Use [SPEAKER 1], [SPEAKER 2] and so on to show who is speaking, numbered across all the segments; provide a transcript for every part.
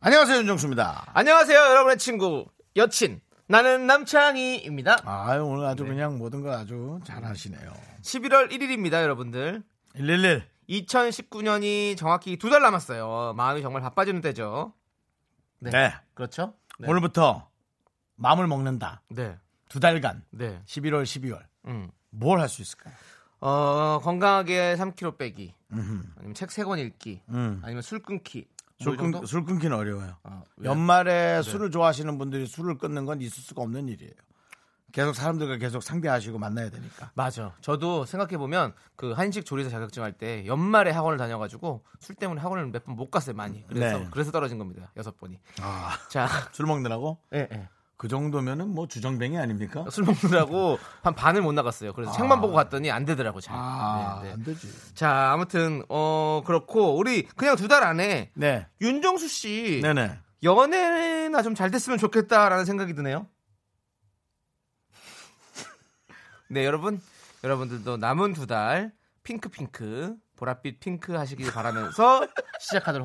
[SPEAKER 1] 안녕하세요 윤정수입니다.
[SPEAKER 2] 안녕하세요, 여러분의 친구 여친 나는 남창희입니다.
[SPEAKER 1] 아유 오늘 아주 그냥 모든 걸 아주 잘하시네요.
[SPEAKER 2] 11월 1일입니다, 여러분들.
[SPEAKER 1] 111
[SPEAKER 2] 2019년이 정확히 두 달 남았어요. 마음이 정말 바빠지는 때죠.
[SPEAKER 1] 네.
[SPEAKER 2] 그렇죠? 네.
[SPEAKER 1] 오늘부터 마음을 먹는다.
[SPEAKER 2] 네,
[SPEAKER 1] 두 달간
[SPEAKER 2] 네.
[SPEAKER 1] 11월 12월
[SPEAKER 2] 음.
[SPEAKER 1] 뭘 할 수 있을까요?
[SPEAKER 2] 어, 건강하게 3kg 빼기, 아니면 책 3권 읽기,
[SPEAKER 1] 음.
[SPEAKER 2] 아니면 술 끊기.
[SPEAKER 1] 술,
[SPEAKER 2] 뭐
[SPEAKER 1] 끊,
[SPEAKER 2] 이 정도?
[SPEAKER 1] 술 끊기는 어려워요.
[SPEAKER 2] 아, 왜요?
[SPEAKER 1] 연말에 술을 좋아하시는 분들이 술을 끊는 건 있을 수가 없는 일이에요. 계속 사람들과 계속 상대하시고 만나야 되니까.
[SPEAKER 2] 맞아. 저도 생각해 보면 그 한식 조리사 자격증 할 때 연말에 학원을 다녀가지고 술 때문에 학원을 몇 번 못 갔어요 많이. 그래서
[SPEAKER 1] 네.
[SPEAKER 2] 그래서 떨어진 겁니다. 여섯 번이.
[SPEAKER 1] 아,
[SPEAKER 2] 자,
[SPEAKER 1] 술 먹느라고?
[SPEAKER 2] 예, 예.
[SPEAKER 1] 그 정도면은 뭐 주정뱅이 아닙니까?
[SPEAKER 2] 술 먹느라고 한 반을 못 나갔어요. 그래서 책만 보고 갔더니 안 되더라고 잘.
[SPEAKER 1] 아,
[SPEAKER 2] 네, 네.
[SPEAKER 1] 안 되지.
[SPEAKER 2] 자, 아무튼 어 그렇고 우리 그냥 두 달 안에
[SPEAKER 1] 네.
[SPEAKER 2] 윤정수 씨
[SPEAKER 1] 네네.
[SPEAKER 2] 연애나 좀 잘 됐으면 좋겠다라는 생각이 드네요. 네, 여러분. 여러분들도 남은 두 달 핑크 핑크 보랏빛 핑크 하시길 바라면서 시작하도록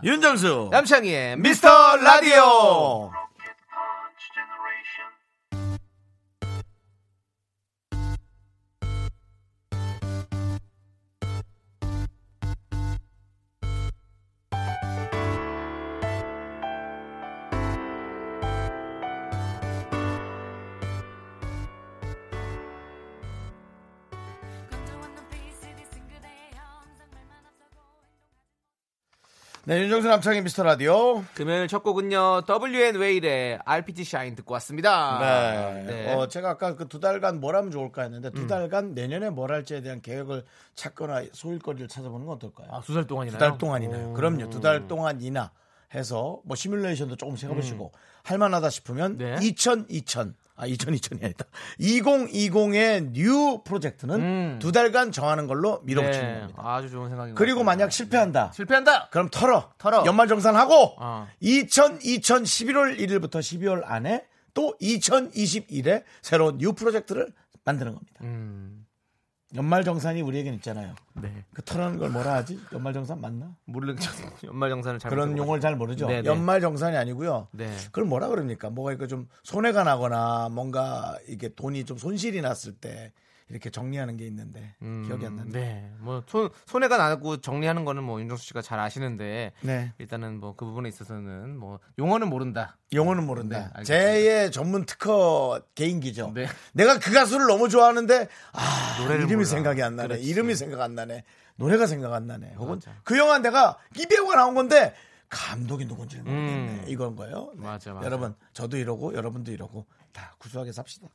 [SPEAKER 1] 윤정수!
[SPEAKER 2] 남창희의 미스터 라디오.
[SPEAKER 1] 네, 윤정수 남창의 미스터 라디오.
[SPEAKER 2] 금요일 첫 곡은요 WN 웨일의 RPT 샤인 듣고 왔습니다.
[SPEAKER 1] 네.
[SPEAKER 2] 네. 음.
[SPEAKER 1] 어, 제가 아까 그 두 달간 뭘 하면 좋을까 했는데 두 달간 내년에 뭘 할지에 대한 계획을 찾거나 소일거리를 찾아보는 건 어떨까요?
[SPEAKER 2] 아, 두 달
[SPEAKER 1] 두
[SPEAKER 2] 동안이나요?
[SPEAKER 1] 달 동안이나요. 그럼요. 두 달 동안이나 해서 뭐 시뮬레이션도 조금씩 해보시고 할만하다 싶으면
[SPEAKER 2] 음. 네.
[SPEAKER 1] 2000, 2000. 아, 2000, 2000이 아니다. 2020의 뉴 프로젝트는 두 달간 정하는 걸로 밀어붙이는
[SPEAKER 2] 음. 네,
[SPEAKER 1] 겁니다.
[SPEAKER 2] 아주 좋은 생각인 것
[SPEAKER 1] 그리고
[SPEAKER 2] 같아요. 네.
[SPEAKER 1] 만약 실패한다.
[SPEAKER 2] 실패한다.
[SPEAKER 1] 그럼 털어.
[SPEAKER 2] 털어.
[SPEAKER 1] 연말 정산하고
[SPEAKER 2] 어.
[SPEAKER 1] 2000, 2000 11월 1일부터 12월 안에 또 2021에 새로운 뉴 프로젝트를 만드는 겁니다. 연말 정산이 우리에겐 있잖아요.
[SPEAKER 2] 음, 네.
[SPEAKER 1] 그 털어는 걸 뭐라 하지? 연말 정산 맞나?
[SPEAKER 2] 모르는 척 연말 정산을 잘
[SPEAKER 1] 그런
[SPEAKER 2] 못해가지고.
[SPEAKER 1] 용어를 잘 모르죠.
[SPEAKER 2] 그렇죠. 네네.
[SPEAKER 1] 연말 정산이 아니고요.
[SPEAKER 2] 네.
[SPEAKER 1] 그걸 뭐라 그럽니까? 뭐가 이거 좀 손해가 나거나 뭔가 이게 돈이 좀 손실이 났을 때 이렇게 정리하는 게 있는데 기억이 안 나네.
[SPEAKER 2] 네. 뭐 손, 손해가 나고 정리하는 거는 뭐 윤정수 씨가 잘 아시는데
[SPEAKER 1] 네.
[SPEAKER 2] 일단은 뭐 그 부분에 있어서는 뭐 용어는 모른다.
[SPEAKER 1] 영어는 모른다.
[SPEAKER 2] 네, 알겠습니다.
[SPEAKER 1] 제의 전문 특허 개인기죠.
[SPEAKER 2] 네.
[SPEAKER 1] 내가 그 가수를 너무 좋아하는데 아
[SPEAKER 2] 노래를
[SPEAKER 1] 이름이
[SPEAKER 2] 몰라.
[SPEAKER 1] 생각이 안 나네.
[SPEAKER 2] 그렇지.
[SPEAKER 1] 이름이 생각 안 나네. 노래가 생각 안 나네. 혹은
[SPEAKER 2] 맞아.
[SPEAKER 1] 그 영화 내가 이 배우가 나온 건데 감독이 누군지 를 모르겠네.
[SPEAKER 2] 음.
[SPEAKER 1] 이건 거예요. 네.
[SPEAKER 2] 맞아, 맞아.
[SPEAKER 1] 여러분 저도 이러고 여러분도 이러고 다 구수하게 삽시다.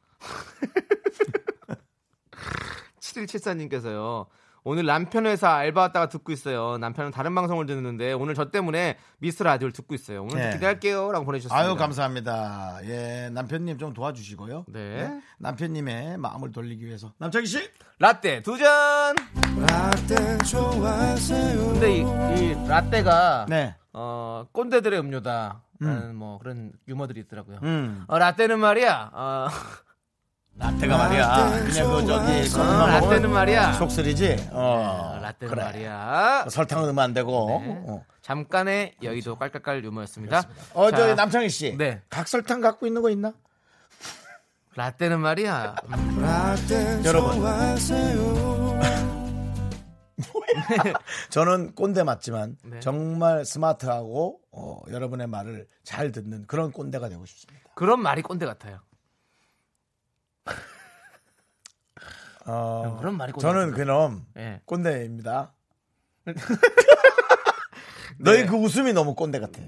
[SPEAKER 2] 7174님께서요. 오늘 남편 회사 알바 왔다가 듣고 있어요. 남편은 다른 방송을 듣는데 오늘 저 때문에 미스 라디오를 듣고 있어요. 오늘
[SPEAKER 1] 네.
[SPEAKER 2] 기대할게요라고 보내주셨습니다.
[SPEAKER 1] 아유 감사합니다. 예 남편님 좀 도와주시고요.
[SPEAKER 2] 네.
[SPEAKER 1] 남편님의 마음을 돌리기 위해서 남창희 씨.
[SPEAKER 2] 라떼 두 잔. 근데 이, 이 라떼가
[SPEAKER 1] 네.
[SPEAKER 2] 어, 꼰대들의 음료다라는 뭐 그런 유머들이 있더라고요.
[SPEAKER 1] 음.
[SPEAKER 2] 어, 라떼는 말이야. 어,
[SPEAKER 1] 라떼가 말이야. 그냥 그 저기
[SPEAKER 2] 어,
[SPEAKER 1] 커피만 먹으면
[SPEAKER 2] 라떼는 말이야.
[SPEAKER 1] 음, 속쓰리지. 어.
[SPEAKER 2] 어, 라떼는
[SPEAKER 1] 그래.
[SPEAKER 2] 말이야.
[SPEAKER 1] 설탕은 넣으면 안 되고.
[SPEAKER 2] 네.
[SPEAKER 1] 어.
[SPEAKER 2] 잠깐의 여의도 깔깔깔 유머였습니다.
[SPEAKER 1] 어,
[SPEAKER 2] 자,
[SPEAKER 1] 저 남창희 씨.
[SPEAKER 2] 네.
[SPEAKER 1] 각설탕 갖고 있는 거 있나?
[SPEAKER 2] 라떼는 말이야. 음, 네,
[SPEAKER 1] 여러분. 뭐야? 저는 꼰대 맞지만
[SPEAKER 2] 네.
[SPEAKER 1] 정말 스마트하고 어, 여러분의 말을 잘 듣는 그런 꼰대가 되고 싶습니다.
[SPEAKER 2] 그런 말이 꼰대 같아요.
[SPEAKER 1] 어,
[SPEAKER 2] 아, 그런 말이 꼰대
[SPEAKER 1] 저는
[SPEAKER 2] 같아요.
[SPEAKER 1] 그럼
[SPEAKER 2] 예.
[SPEAKER 1] 꼰대입니다.
[SPEAKER 2] 네.
[SPEAKER 1] 너희 그 웃음이 너무 꼰대 같아.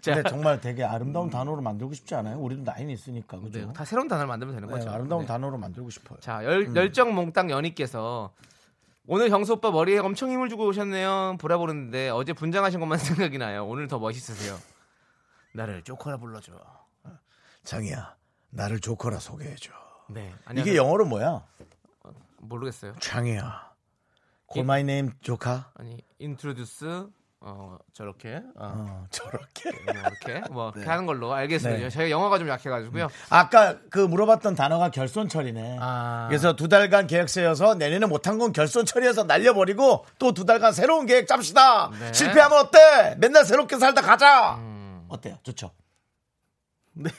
[SPEAKER 2] 자,
[SPEAKER 1] 근데 정말 되게 아름다운 단어로 만들고 싶지 않아요? 우리도 나이는 있으니까 그죠?
[SPEAKER 2] 네, 다 새로운 단어를 만들면 되는
[SPEAKER 1] 네,
[SPEAKER 2] 거죠.
[SPEAKER 1] 아름다운
[SPEAKER 2] 네.
[SPEAKER 1] 단어로 음. 만들고 싶어요.
[SPEAKER 2] 자, 열, 열정 몽땅 연희께서 오늘 경수 오빠 머리에 엄청 힘을 주고 오셨네요. 보라 보는데 어제 분장하신 것만 생각이 나요. 오늘 더 멋있으세요. 나를 조커라 불러줘.
[SPEAKER 1] 장이야 나를 조커라 소개해줘.
[SPEAKER 2] 네.
[SPEAKER 1] 이게 영어로 뭐야?
[SPEAKER 2] 모르겠어요.
[SPEAKER 1] 장이야. Call my name 조카.
[SPEAKER 2] 아니 인트로듀스 어 저렇게 어,
[SPEAKER 1] 어, 저렇게.
[SPEAKER 2] 뭐 이렇게 뭐 이렇게 하는 걸로 알겠습니다.
[SPEAKER 1] 네.
[SPEAKER 2] 저희 영어가 좀 약해가지고요.
[SPEAKER 1] 아까 그 물어봤던 단어가 결손철이네.
[SPEAKER 2] 아.
[SPEAKER 1] 그래서 두 달간 계획 세워서 내년에 못한 건 결손철이어서 날려버리고 또 두 달간 새로운 계획 짭시다.
[SPEAKER 2] 네. 음.
[SPEAKER 1] 실패하면 어때? 맨날 새롭게 살다 가자. 어때요? 좋죠.
[SPEAKER 2] 네.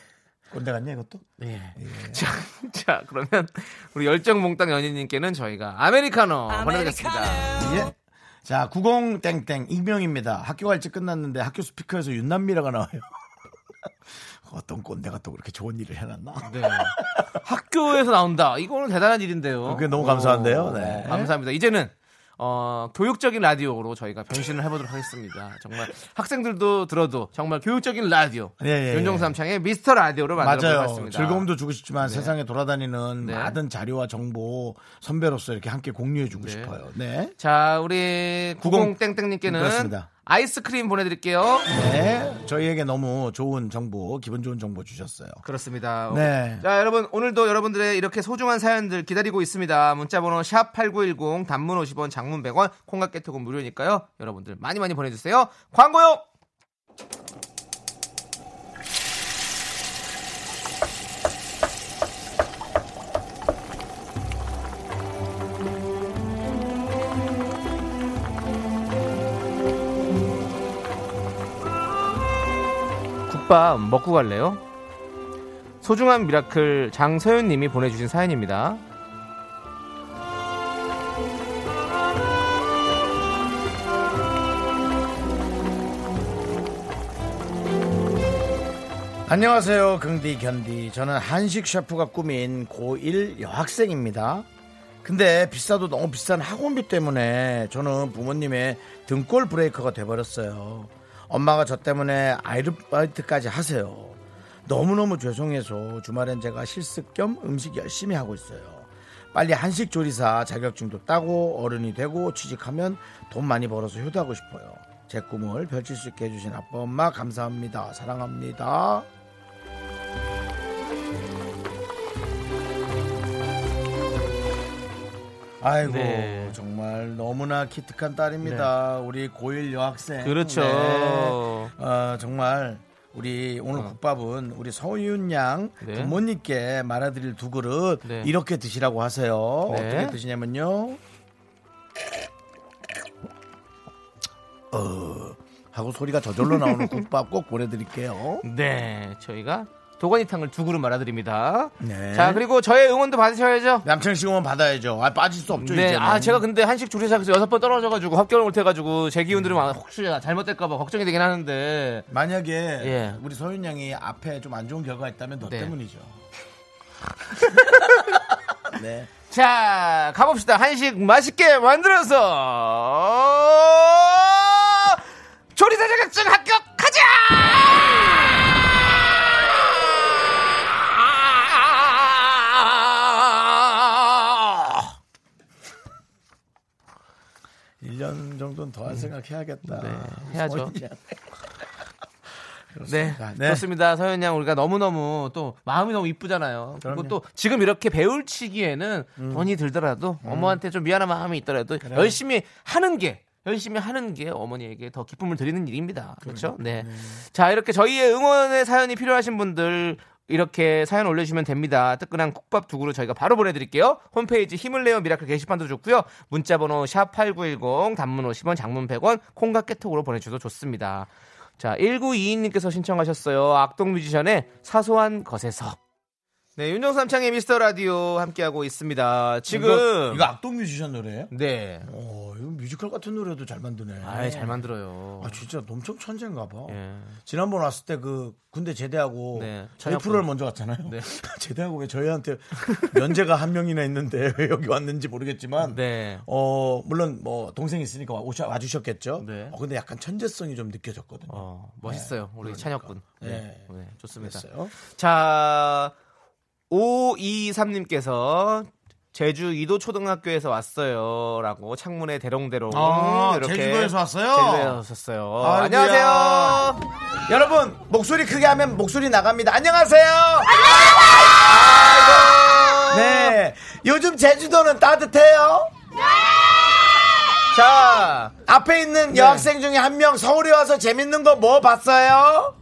[SPEAKER 1] 꼰대 같냐 이것도?
[SPEAKER 2] 네. 자, 자 그러면 우리 열정 몽땅 연인님께는 저희가 아메리카노 보내드리겠습니다.
[SPEAKER 1] 예. 자, 90땡땡 익명입니다. 학교가 일찍 끝났는데 학교 스피커에서 윤남미라가 나와요. 어떤 꼰대가 또 그렇게 좋은 일을 해놨나?
[SPEAKER 2] 네. 학교에서 나온다. 이거는 대단한 일인데요.
[SPEAKER 1] 어, 그게 너무 감사한데요. 네.
[SPEAKER 2] 감사합니다. 이제는 어, 교육적인 라디오로 저희가 변신을 해보도록 하겠습니다. 정말 학생들도 들어도 정말 교육적인 라디오.
[SPEAKER 1] 예, 예,
[SPEAKER 2] 윤종삼창의 미스터 라디오로
[SPEAKER 1] 맞아요.
[SPEAKER 2] 만들어보겠습니다.
[SPEAKER 1] 즐거움도 주고 싶지만 세상에 돌아다니는
[SPEAKER 2] 네.
[SPEAKER 1] 많은 자료와 정보 선배로서 이렇게 함께 공유해주고 싶어요. 네.
[SPEAKER 2] 자, 우리
[SPEAKER 1] 90
[SPEAKER 2] 90땡땡님께는
[SPEAKER 1] 그렇습니다.
[SPEAKER 2] 아이스크림 보내드릴게요.
[SPEAKER 1] 네. 저희에게 너무 좋은 정보, 기분 좋은 정보 주셨어요.
[SPEAKER 2] 그렇습니다.
[SPEAKER 1] 네.
[SPEAKER 2] 자, 여러분 오늘도 여러분들의 이렇게 소중한 사연들 기다리고 있습니다. 문자 번호 샵 8910 단문 50원, 장문 100원, 콩깍 개톡은 무료니까요. 여러분들 많이 많이 보내 주세요. 광고요. 국밥 먹고 갈래요? 소중한 미라클 장서윤 님이 보내주신 사연입니다.
[SPEAKER 1] 안녕하세요. 긍디 견디. 저는 한식 셰프가 꿈인 고1 여학생입니다. 근데 비싸도 너무 비싼 학원비 때문에 저는 부모님의 등골 브레이크가 돼버렸어요. 엄마가 저 때문에 아르바이트까지 하세요. 너무너무 죄송해서 주말엔 제가 실습 겸 음식 열심히 하고 있어요. 빨리 한식 조리사 자격증도 따고 어른이 되고 취직하면 돈 많이 벌어서 효도하고 싶어요. 제 꿈을 펼칠 수 있게 해주신 아빠 엄마 감사합니다. 사랑합니다. 아이고
[SPEAKER 2] 네.
[SPEAKER 1] 정말 너무나 기특한 딸입니다. 우리 고1 여학생.
[SPEAKER 2] 그렇죠.
[SPEAKER 1] 어, 정말 우리 오늘 국밥은 우리 서윤 양
[SPEAKER 2] 어. 네.
[SPEAKER 1] 부모님께 말아드릴 두 그릇
[SPEAKER 2] 네.
[SPEAKER 1] 이렇게 드시라고 하세요.
[SPEAKER 2] 네.
[SPEAKER 1] 어떻게 드시냐면요. 어, 하고 소리가 저절로 나오는 국밥 꼭 보내드릴게요.
[SPEAKER 2] 네, 저희가 도가니탕을 두 그릇 말아드립니다.
[SPEAKER 1] 네.
[SPEAKER 2] 자, 그리고 저의 응원도 받으셔야죠.
[SPEAKER 1] 남창 씨 응원 받아야죠. 아, 빠질 수 없죠.
[SPEAKER 2] 네,
[SPEAKER 1] 이제는.
[SPEAKER 2] 아 제가 근데 한식 조리사에서 여섯 번 떨어져가지고 합격을 못해가지고 제 기운
[SPEAKER 1] 음.
[SPEAKER 2] 들으면 아, 혹시 잘못될까봐 걱정이 되긴 하는데
[SPEAKER 1] 만약에
[SPEAKER 2] 예.
[SPEAKER 1] 우리 서윤 양이 앞에 좀 안 좋은 결과가 있다면 너
[SPEAKER 2] 네.
[SPEAKER 1] 때문이죠. 네.
[SPEAKER 2] 자 가봅시다 한식 맛있게 만들어서 조리사 자격증 합격하자 아, 아,
[SPEAKER 1] 일 년 정도는 더 할 생각해야겠다.
[SPEAKER 2] 음. 네, 해야죠.
[SPEAKER 1] 서윤 양.
[SPEAKER 2] 네,
[SPEAKER 1] 그렇습니다. 네.
[SPEAKER 2] 그렇습니다. 서현 양 우리가 너무너무 또 마음이 너무 이쁘잖아요. 음. 그리고
[SPEAKER 1] 그럼요.
[SPEAKER 2] 또 지금 이렇게 배울 치기에는 돈이 들더라도 어머한테 좀 미안한 마음이 있더라도 열심히 하는 게 열심히 하는 게 어머니에게 더 기쁨을 드리는 일입니다. 그렇죠? 네. 자, 이렇게 저희의 응원의 사연이 필요하신 분들 이렇게 사연 올려주시면 됩니다. 뜨끈한 국밥 두 그릇 저희가 바로 보내드릴게요. 홈페이지 힘을 내어 미라클 게시판도 좋고요. 문자번호 샵 #8910 단문 50원, 장문 100원, 콩과 깨톡으로 보내주셔도 좋습니다. 자, 1922님께서 신청하셨어요. 악동 뮤지션의 사소한 것에서. 네, 윤정삼창의 미스터 라디오 함께하고 있습니다. 지금
[SPEAKER 1] 이거, 아- 이거 악동 뮤지션 노래예요?
[SPEAKER 2] 네.
[SPEAKER 1] 어, 이거 뮤지컬 같은 노래도 잘 만드네.
[SPEAKER 2] 아이, 예, 잘 만들어요.
[SPEAKER 1] 아, 진짜 엄청 천재인가 봐.
[SPEAKER 2] 예.
[SPEAKER 1] 지난번 왔을 때 그 군대 제대하고
[SPEAKER 2] 네,
[SPEAKER 1] 저희
[SPEAKER 2] 저녁
[SPEAKER 1] 프로를
[SPEAKER 2] 때.
[SPEAKER 1] 먼저 갔잖아요.
[SPEAKER 2] 네.
[SPEAKER 1] 제대하고 왜 저희한테 면제가 한 명이나 있는데 왜 여기 왔는지 모르겠지만
[SPEAKER 2] 네.
[SPEAKER 1] 어, 물론 뭐 동생 있으니까 오셔 와 주셨겠죠.
[SPEAKER 2] 네.
[SPEAKER 1] 어, 근데 약간 천재성이 좀 느껴졌거든요.
[SPEAKER 2] 어, 멋있어요. 우리 찬혁군. 네.
[SPEAKER 1] 그러니까. 네.
[SPEAKER 2] 네, 좋습니다.
[SPEAKER 1] 그랬어요.
[SPEAKER 2] 자, 523님께서 제주 이도 초등학교에서 왔어요라고 창문에 대롱대롱
[SPEAKER 1] 아,
[SPEAKER 2] 이렇게
[SPEAKER 1] 제주도에서 왔어요?
[SPEAKER 2] 제주도에서 왔어요.
[SPEAKER 1] 아이고야.
[SPEAKER 2] 안녕하세요.
[SPEAKER 1] 여러분 목소리 크게 하면 목소리 나갑니다. 안녕하세요. 아이고. 네. 요즘 제주도는 따뜻해요.
[SPEAKER 2] 자,
[SPEAKER 1] 앞에 있는
[SPEAKER 2] 네.
[SPEAKER 1] 여학생 중에 한 명 서울에 와서 재밌는 거 뭐 봤어요?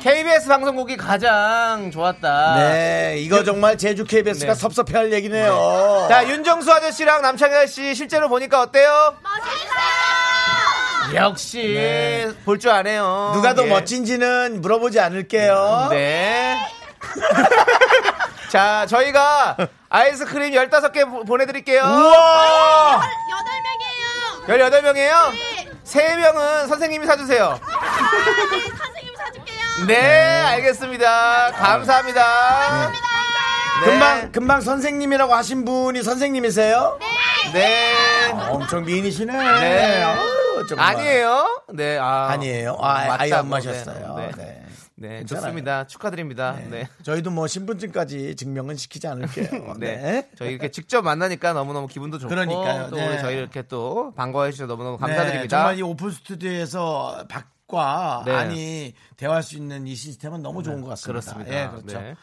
[SPEAKER 2] KBS 방송국이 가장 좋았다.
[SPEAKER 1] 네, 이거 정말 제주 KBS가
[SPEAKER 2] 아. 네.
[SPEAKER 1] 섭섭해할 얘기네요.
[SPEAKER 2] 자, 윤정수 아저씨랑 남창현 씨 실제로 보니까 어때요? 역시 네. 볼 줄 아네요.
[SPEAKER 1] 누가 더
[SPEAKER 2] 예.
[SPEAKER 1] 멋진지는 물어보지 않을게요.
[SPEAKER 2] 네. 자, 저희가 아이스크림 15개 보- 보내드릴게요.
[SPEAKER 1] 우와!
[SPEAKER 2] 18명이에요? 3명은 선생님이 사주세요. 네, 알겠습니다. 감사합니다. 네.
[SPEAKER 1] 금방 금방 선생님이라고 하신 분이 선생님이세요?
[SPEAKER 2] 네.
[SPEAKER 1] 엄청 미인이시네.
[SPEAKER 2] 네.
[SPEAKER 1] 아유, 정말.
[SPEAKER 2] 아니에요? 네, 아.
[SPEAKER 1] 아니에요. 아, 아예
[SPEAKER 2] 맞다고.
[SPEAKER 1] 안 마셨어요.
[SPEAKER 2] 네.
[SPEAKER 1] 네.
[SPEAKER 2] 네. 네,
[SPEAKER 1] 괜찮아요.
[SPEAKER 2] 좋습니다. 축하드립니다. 네.
[SPEAKER 1] 저희도 뭐 신분증까지 증명은 시키지 않을게요.
[SPEAKER 2] 네.
[SPEAKER 1] 네.
[SPEAKER 2] 저희 이렇게 직접 만나니까 너무너무 기분도 좋고
[SPEAKER 1] 그러니까요.
[SPEAKER 2] 또
[SPEAKER 1] 네.
[SPEAKER 2] 우리 저희 이렇게 또 반가워해 주셔서 너무너무
[SPEAKER 1] 네,
[SPEAKER 2] 감사드립니다.
[SPEAKER 1] 정말 이 오픈 스튜디오에서 밖과
[SPEAKER 2] 네.
[SPEAKER 1] 안이 대화할 수 있는 이 시스템은 너무 좋은 것 같습니다.
[SPEAKER 2] 그렇습니다.
[SPEAKER 1] 예, 그렇죠.
[SPEAKER 2] 네.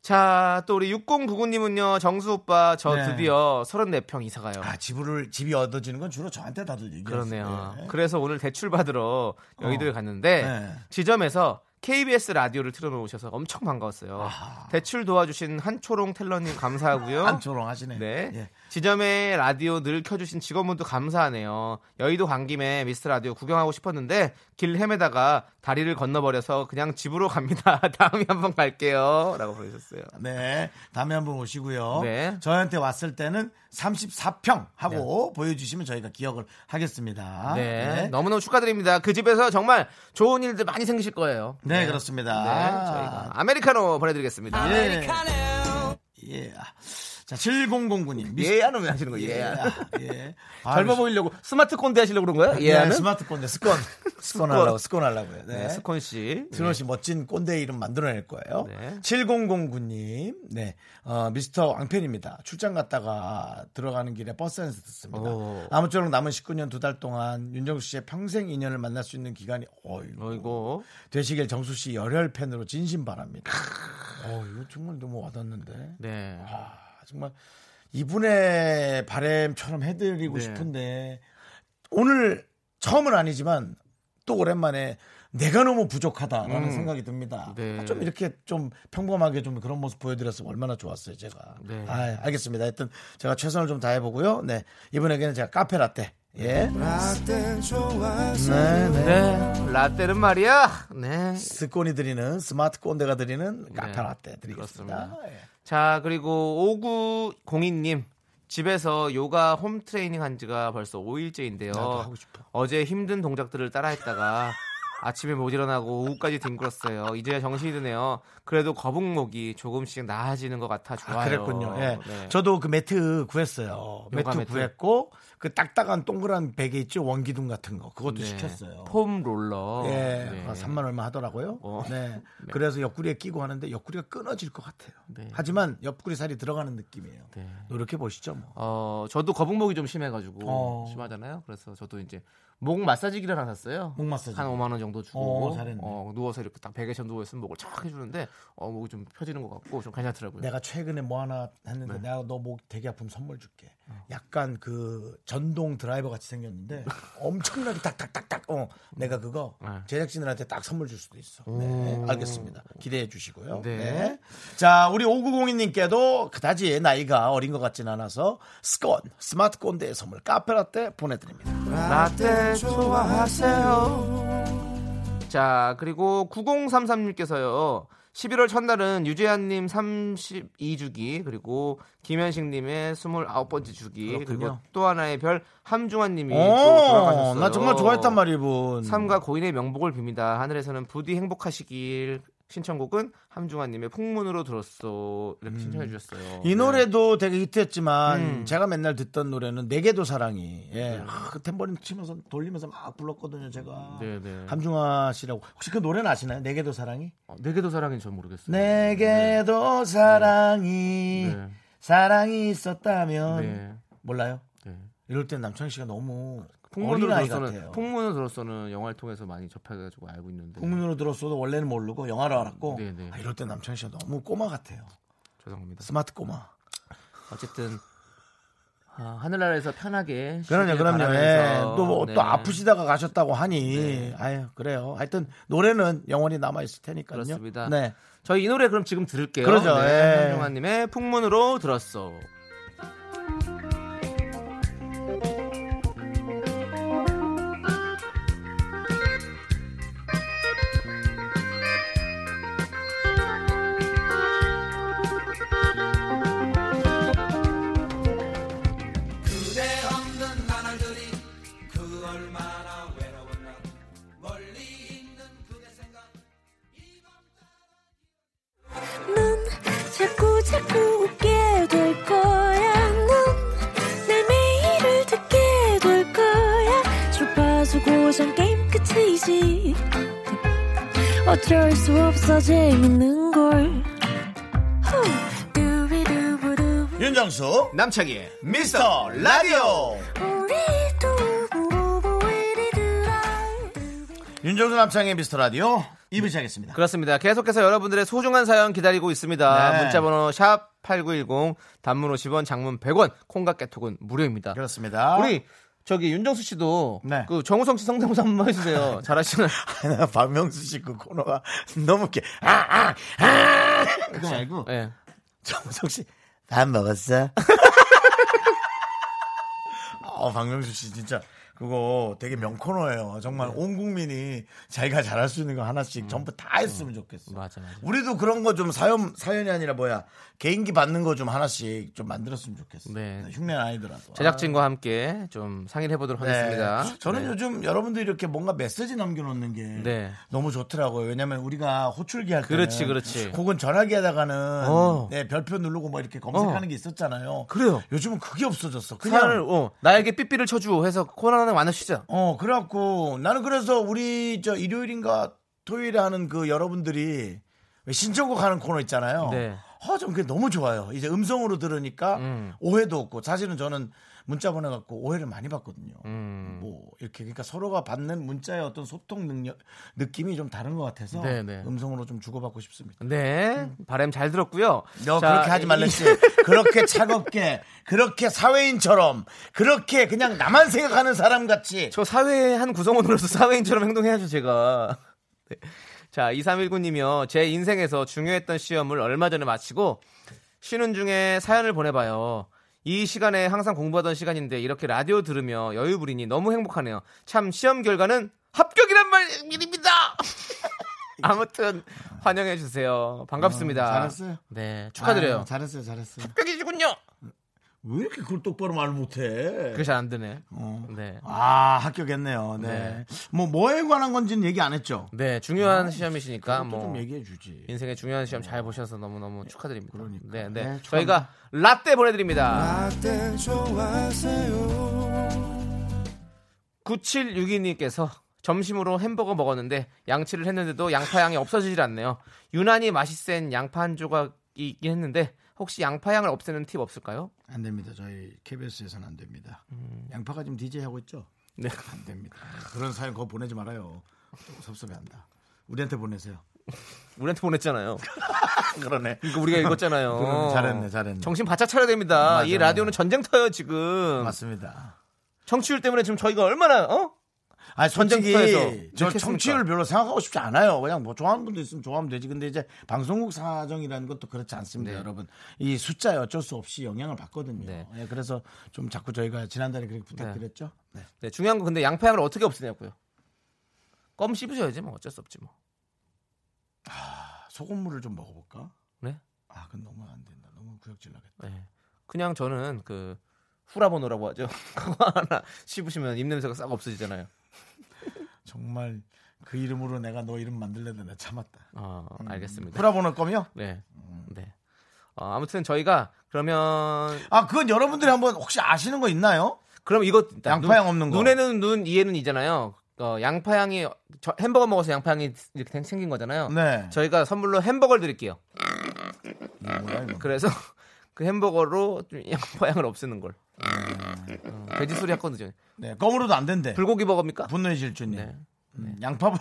[SPEAKER 2] 자, 또 우리 6099님은요, 정수 오빠, 저
[SPEAKER 1] 네.
[SPEAKER 2] 드디어 34평 이사 가요.
[SPEAKER 1] 아, 집을 집이 얻어지는 건 주로 저한테 다들 얘기해요. 예.
[SPEAKER 2] 그러네요. 그래서 오늘 대출 받으러 여의도에
[SPEAKER 1] 어.
[SPEAKER 2] 갔는데,
[SPEAKER 1] 네.
[SPEAKER 2] 지점에서 KBS 라디오를 틀어놓으셔서 엄청 반가웠어요. 대출 도와주신 한초롱 텔러님 감사하고요.
[SPEAKER 1] 안초롱 하시네.
[SPEAKER 2] 어? 네.
[SPEAKER 1] 예.
[SPEAKER 2] 지점에 라디오 늘 켜주신 직원분도 감사하네요. 여의도 간 김에 미스터 라디오 구경하고 싶었는데 길 헤매다가 다리를 건너버려서 그냥 집으로 갑니다. 다음에 한번 갈게요. 라고 보내셨어요.
[SPEAKER 1] 네. 다음에 한번 오시고요.
[SPEAKER 2] 네.
[SPEAKER 1] 저희한테 왔을 때는 34평 하고 보여주시면 저희가 기억을 하겠습니다.
[SPEAKER 2] 네.
[SPEAKER 1] 네.
[SPEAKER 2] 너무너무 축하드립니다. 그 집에서 정말 좋은 일들 많이 생기실 거예요.
[SPEAKER 1] 네,
[SPEAKER 2] 네,
[SPEAKER 1] 그렇습니다.
[SPEAKER 2] 저희가 아메리카노 보내드리겠습니다. 예.
[SPEAKER 1] 예. 예. 자, 7009님.
[SPEAKER 2] 예, 안 오면 하시는 거예요.
[SPEAKER 1] 예.
[SPEAKER 2] 예.
[SPEAKER 1] 예.
[SPEAKER 2] 젊어
[SPEAKER 1] 아,
[SPEAKER 2] 보이려고 스마트 콘대 하시려고 그런 거예요?
[SPEAKER 1] 예,
[SPEAKER 2] 예, 하면?
[SPEAKER 1] 스마트 꼰대 스콘 스콘 하려고 스콘 하려고 요
[SPEAKER 2] 네,
[SPEAKER 1] 네.
[SPEAKER 2] 스콘 씨.
[SPEAKER 1] 드론 씨 멋진 꼰대 이름 만들어낼 거예요.
[SPEAKER 2] 네.
[SPEAKER 1] 7009님, 네, 어, 미스터 왕편입니다. 출장 갔다가 들어가는 길에 버스 안에서 듣습니다.
[SPEAKER 2] 오.
[SPEAKER 1] 아무쪼록 남은 19년 두 달 동안 윤정수 씨의 평생 인연을 만날 수 있는 기간이 어이구.
[SPEAKER 2] 어이고.
[SPEAKER 1] 되시길 정수 씨 열혈 팬으로 진심 바랍니다. 어, 이거 정말 너무 와닿는데.
[SPEAKER 2] 네.
[SPEAKER 1] 아, 정말 이분의 바램처럼 해드리고
[SPEAKER 2] 네.
[SPEAKER 1] 싶은데 오늘 처음은 아니지만 또 오랜만에 내가 너무 부족하다라는 생각이 듭니다.
[SPEAKER 2] 네.
[SPEAKER 1] 아, 좀 이렇게 좀 평범하게 좀 그런 모습 보여드렸으면 얼마나 좋았어요, 제가.
[SPEAKER 2] 네.
[SPEAKER 1] 아, 알겠습니다. 하여튼 제가 최선을 좀 다해보고요. 네. 이번에는 제가 카페 라떼. 예. 네, 네.
[SPEAKER 2] 네, 라떼는 말이야. 네.
[SPEAKER 1] 스콘이 드리는 스마트 꼰대가 드리는 카페
[SPEAKER 2] 네.
[SPEAKER 1] 라떼 드리겠습니다.
[SPEAKER 2] 그렇습니다.
[SPEAKER 1] 예.
[SPEAKER 2] 자, 그리고 5902님. 집에서 요가 홈 트레이닝 한 지가 벌써 5일째인데요.
[SPEAKER 1] 나도 하고 싶어.
[SPEAKER 2] 어제 힘든 동작들을 따라 했다가 아침에 못 일어나고 오후까지 뒹굴었어요. 이제야 정신이 드네요. 그래도 거북목이 조금씩 나아지는 것 같아 좋아요.
[SPEAKER 1] 그랬군요. 예.
[SPEAKER 2] 네.
[SPEAKER 1] 저도 그 매트 구했어요. 매트,
[SPEAKER 2] 매트.
[SPEAKER 1] 구했고 그 딱딱한 동그란 베개 있죠 원기둥 같은 거 그것도
[SPEAKER 2] 네.
[SPEAKER 1] 시켰어요.
[SPEAKER 2] 폼 롤러.
[SPEAKER 1] 예,
[SPEAKER 2] 네.
[SPEAKER 1] 아, 3만 얼마 하더라고요.
[SPEAKER 2] 어.
[SPEAKER 1] 네. 그래서 옆구리에 끼고 하는데 옆구리가 끊어질 것 같아요.
[SPEAKER 2] 네.
[SPEAKER 1] 하지만 옆구리 살이 들어가는 느낌이에요.
[SPEAKER 2] 네.
[SPEAKER 1] 노력해 보시죠 뭐.
[SPEAKER 2] 어, 저도 거북목이 좀 심해가지고
[SPEAKER 1] 어.
[SPEAKER 2] 심하잖아요. 그래서 저도 이제 목 마사지기를 하나 샀어요.
[SPEAKER 1] 목 마사지.
[SPEAKER 2] 한 5만 원 정도 주고
[SPEAKER 1] 어, 잘했네.
[SPEAKER 2] 어, 누워서 이렇게 딱 베개에 누워 있으면 목을 착 해주는데 어, 목이 좀 펴지는 것 같고 좀 괜찮더라고요.
[SPEAKER 1] 내가 최근에 뭐 하나 했는데
[SPEAKER 2] 네.
[SPEAKER 1] 내가 너 목 되게 아프면 선물 줄게. 약간 그 전동 드라이버 같이 생겼는데 엄청나게 딱딱딱딱. 어, 내가 그거
[SPEAKER 2] 네. 음.
[SPEAKER 1] 제작진들한테 딱 선물 줄 수도 있어. 네, 알겠습니다. 기대해 주시고요.
[SPEAKER 2] 네.
[SPEAKER 1] 네. 자, 우리 5902님께도 그다지 나이가 어린 것 같진 않아서 스콘 스마트 꼰대의 선물 카페라떼 보내드립니다.
[SPEAKER 2] 라떼 좋아하세요. 자 그리고 9033님께서요. 11월 첫날은 유재한님 32주기 그리고 김현식님의 29번째 주기 그리고
[SPEAKER 1] 그렇군요. 어,
[SPEAKER 2] 또 하나의 별 함중환님이 예, 또
[SPEAKER 1] 오,
[SPEAKER 2] 돌아가셨어요. 음.
[SPEAKER 1] 나 정말 좋아했단 말이야, 이분.
[SPEAKER 2] 삶과 고인의 명복을 빕니다. 하늘에서는 부디 행복하시길 신청곡은 함중환님의 풍문으로 들었어 음. 이렇게 신청해 주셨어요.
[SPEAKER 1] 이
[SPEAKER 2] 네.
[SPEAKER 1] 노래도 되게 히트했지만
[SPEAKER 2] 음. 네.
[SPEAKER 1] 제가 맨날 듣던 노래는 내게도 사랑이 예. 아, 그 탬버린 치면서 돌리면서 막 불렀거든요 제가
[SPEAKER 2] 네, 네.
[SPEAKER 1] 함중화 씨라고 혹시 그 노래는 아시나요? 내게도 사랑이
[SPEAKER 2] 어, 내게도 사랑인 전 모르겠어요.
[SPEAKER 1] 내게도 사랑이
[SPEAKER 2] 네.
[SPEAKER 1] 사랑이 있었다면
[SPEAKER 2] 네.
[SPEAKER 1] 몰라요?
[SPEAKER 2] 네.
[SPEAKER 1] 이럴 땐 남창희 씨가 너무
[SPEAKER 2] 풍문으로
[SPEAKER 1] 어린아이
[SPEAKER 2] 들어서는
[SPEAKER 1] 같아요
[SPEAKER 2] 풍문으로 들어서는 영화를 통해서 많이 접해가지고 알고 있는데
[SPEAKER 1] 풍문으로 들었어도 원래는 모르고 영화를 알았고
[SPEAKER 2] 네, 네.
[SPEAKER 1] 아, 이럴 땐 남창희 씨가 너무 꼬마 같아요
[SPEAKER 2] 죄송합니다.
[SPEAKER 1] 스마트 꼬마
[SPEAKER 2] 어쨌든 아, 하늘나라에서 편하게
[SPEAKER 1] 그럼요,
[SPEAKER 2] 쉬길
[SPEAKER 1] 그럼요. 예.
[SPEAKER 2] 바라면서,
[SPEAKER 1] 또,
[SPEAKER 2] 네.
[SPEAKER 1] 또 아프시다가 가셨다고 하니, 아유, 그래요. 하여튼, 노래는 영원히 남아있을 테니까요.
[SPEAKER 2] 그렇습니다.
[SPEAKER 1] 네.
[SPEAKER 2] 저희 이 노래 그럼 지금 들을게요.
[SPEAKER 1] 그러죠, 예.
[SPEAKER 2] 네. 한종환님의 풍문으로 들었어.
[SPEAKER 3] 넌 자꾸 자꾸 웃게 될 거야. 넌내 매일을 듣게 될 거야. 주파수 고정 게임 끝이지. 어쩔 수 없어 재밌는 걸. 후. 두비두부두.
[SPEAKER 1] 윤정수,
[SPEAKER 2] 남창희의
[SPEAKER 1] 미스터 라디오!
[SPEAKER 3] 우리 두부부부 우리 두라.
[SPEAKER 1] 윤정수 남창의 미스터 라디오, 2부 시작했습니다.
[SPEAKER 2] 그렇습니다. 계속해서 여러분들의 소중한 사연 기다리고 있습니다.
[SPEAKER 1] 네.
[SPEAKER 2] 문자번호 샵 8910, 단문 50원, 장문 100원, 콩과 깨톡은 무료입니다.
[SPEAKER 1] 그렇습니다.
[SPEAKER 2] 우리 저기 윤정수 씨도
[SPEAKER 1] 아. 네.
[SPEAKER 2] 그 정우성 씨 성대모사 한 번 해주세요. 잘하시는.
[SPEAKER 1] 박명수 씨 그 코너가 너무 게 아, 아, 아! 그거 말고,
[SPEAKER 2] 예.
[SPEAKER 1] 정우성 씨, 밥 먹었어? 어, 박명수 씨 진짜 그거 되게 명코너예요.
[SPEAKER 2] 네.
[SPEAKER 1] 정말 온 국민이 자기가 잘할 수 있는 거 하나씩 전부 다 했으면 좋겠어.
[SPEAKER 2] 음. 맞아, 맞아.
[SPEAKER 1] 우리도 그런 거 좀 사연 사연이 아니라 뭐야 개인기 받는 거 좀 하나씩 좀 만들었으면 좋겠어.
[SPEAKER 2] 네.
[SPEAKER 1] 흉내 는 아니더라도.
[SPEAKER 2] 제작진과 함께 좀 상의를 해보도록
[SPEAKER 1] 네.
[SPEAKER 2] 하겠습니다.
[SPEAKER 1] 저는
[SPEAKER 2] 네.
[SPEAKER 1] 요즘 여러분들이 이렇게 뭔가 메시지 남겨놓는 게
[SPEAKER 2] 네.
[SPEAKER 1] 너무 좋더라고요. 왜냐면 우리가 호출기 할 때,
[SPEAKER 2] 그렇지, 그렇지.
[SPEAKER 1] 혹은 전화기 하다가는
[SPEAKER 2] 어.
[SPEAKER 1] 네, 별표 누르고 뭐 이렇게 검색하는
[SPEAKER 2] 어.
[SPEAKER 1] 게 있었잖아요.
[SPEAKER 2] 그래요.
[SPEAKER 1] 요즘은 그게 없어졌어. 그냥
[SPEAKER 2] 사연을 어, 나에게 삐삐를 쳐주 해서 코로나는 완화시죠.
[SPEAKER 1] 어 그래갖고 나는 그래서 우리 저 일요일인가 토요일에 하는 그 여러분들이 왜 신청곡 하는 코너 있잖아요.
[SPEAKER 2] 네.
[SPEAKER 1] 아, 전 그게 너무 좋아요. 이제 음성으로 들으니까
[SPEAKER 2] 음.
[SPEAKER 1] 오해도 없고 사실은 저는 문자 보내갖고 오해를 많이 받거든요.
[SPEAKER 2] 음.
[SPEAKER 1] 뭐 이렇게 그러니까 서로가 받는 문자의 어떤 소통 능력 느낌이 좀 다른 것 같아서
[SPEAKER 2] 네, 네.
[SPEAKER 1] 음성으로 좀 주고받고 싶습니다.
[SPEAKER 2] 네, 바람 잘 들었고요.
[SPEAKER 1] 음. 너
[SPEAKER 2] 자,
[SPEAKER 1] 그렇게 하지 말랬지. 그렇게 차갑게, 그렇게 사회인처럼, 그렇게 그냥 나만 생각하는 사람 같이
[SPEAKER 2] 저 사회의 한 구성원으로서 사회인처럼 행동해야죠, 제가. 네. 자, 2319님이요. 제 인생에서 중요했던 시험을 얼마 전에 마치고 쉬는 중에 사연을 보내봐요. 이 시간에 항상 공부하던 시간인데 이렇게 라디오 들으며 여유 부리니 너무 행복하네요. 참 시험 결과는 합격이란 말입니다. 아무튼 환영해 주세요. 반갑습니다.
[SPEAKER 1] 어, 잘했어요.
[SPEAKER 2] 네, 축하드려요.
[SPEAKER 1] 아유, 잘했어요, 잘했어요.
[SPEAKER 2] 합격이시군요.
[SPEAKER 1] 왜 이렇게 그걸 똑바로 말 못해?
[SPEAKER 2] 그게 잘 안 되네.
[SPEAKER 1] 어.
[SPEAKER 2] 네.
[SPEAKER 1] 아, 합격했네요. 네.
[SPEAKER 2] 네.
[SPEAKER 1] 뭐, 뭐에 관한 건지는 얘기 안 했죠?
[SPEAKER 2] 네, 중요한 시험이시니까
[SPEAKER 1] 아, 그것도
[SPEAKER 2] 뭐
[SPEAKER 1] 좀 얘기해 주지.
[SPEAKER 2] 인생의 중요한 시험 잘 보셔서 너무너무 축하드립니다.
[SPEAKER 1] 예. 네. 그러니까. 네,
[SPEAKER 2] 네, 네.
[SPEAKER 1] 축하합니다.
[SPEAKER 2] 저희가 라떼 보내드립니다.
[SPEAKER 1] 라떼 좋아하세요.
[SPEAKER 2] 9762님께서 점심으로 햄버거 먹었는데 양치를 했는데도 양파 향이 없어지질 않네요. 유난히 맛이 센 양파 한 조각이 있긴 했는데 혹시 양파 향을 없애는 팁 없을까요?
[SPEAKER 1] 안 됩니다. 저희 KBS에서는 안 됩니다. 양파가 지금 DJ 하고 있죠?
[SPEAKER 2] 음. 네.
[SPEAKER 1] 안 됩니다. 그런 사연 그거 보내지 말아요. 또 섭섭해한다. 우리한테 보내세요.
[SPEAKER 2] 우리한테 보냈잖아요.
[SPEAKER 1] 그러네.
[SPEAKER 2] 이거 우리가 읽었잖아요.
[SPEAKER 1] 그러네, 잘했네, 잘했네.
[SPEAKER 2] 어. 정신 바짝 차려야 됩니다.
[SPEAKER 1] 맞아요.
[SPEAKER 2] 이 라디오는 전쟁터예요, 지금.
[SPEAKER 1] 맞습니다.
[SPEAKER 2] 청취율 때문에 지금 저희가 얼마나 어?
[SPEAKER 1] 아니 솔직히
[SPEAKER 2] 전쟁터에서
[SPEAKER 1] 저
[SPEAKER 2] 이렇게
[SPEAKER 1] 청취율 별로 생각하고 싶지 않아요. 그냥 뭐 좋아하는 분도 있으면 좋아하면 되지. 근데 이제 방송국 사정이라는 것도 그렇지 않습니다, 여러분. 이 숫자에 어쩔 수 없이 영향을 받거든요.
[SPEAKER 2] 네.
[SPEAKER 1] 예, 그래서 좀 자꾸 저희가 지난달에 그렇게 부탁드렸죠. 네.
[SPEAKER 2] 네, 중요한 건 근데 양파 향을 어떻게 없애냐고요. 껌 씹으셔야지 뭐 어쩔 수 없지 뭐.
[SPEAKER 1] 아, 소금물을 좀 먹어볼까?
[SPEAKER 2] 네?
[SPEAKER 1] 아, 그건 너무 안 된다. 너무 구역질 나겠다.
[SPEAKER 2] 네. 그냥 저는 그 후라보노라고 하죠. 그거 하나 씹으시면 입 냄새가 싹 없어지잖아요.
[SPEAKER 1] 정말 그 이름으로 내가 너 이름 만들려는데 내가 참았다. 음.
[SPEAKER 2] 어, 알겠습니다.
[SPEAKER 1] 프라보는 껌이요?
[SPEAKER 2] 네. 네. 어, 아무튼 저희가 그러면
[SPEAKER 1] 아 그건 여러분들이 한번 혹시 아시는 거 있나요?
[SPEAKER 2] 그럼 이거
[SPEAKER 1] 양파향
[SPEAKER 2] 눈-
[SPEAKER 1] 없는 거.
[SPEAKER 2] 눈에는 눈, 이에는 이잖아요. 어, 양파향이 저- 햄버거 먹어서 양파향이 이렇게 생- 생긴 거잖아요.
[SPEAKER 1] 네.
[SPEAKER 2] 어. 저희가 선물로 햄버거를 드릴게요.
[SPEAKER 1] 음, 뭐야, 이거.
[SPEAKER 2] 그래서 그 햄버거로 좀 양파향을 없애는 걸. 어, 돼지 소리 했거든요.
[SPEAKER 1] 음. 네, 껌으로도 안 된대.
[SPEAKER 2] 불고기 버거입니까?
[SPEAKER 1] 분노의 질주님.
[SPEAKER 2] 네.
[SPEAKER 1] 음, 양파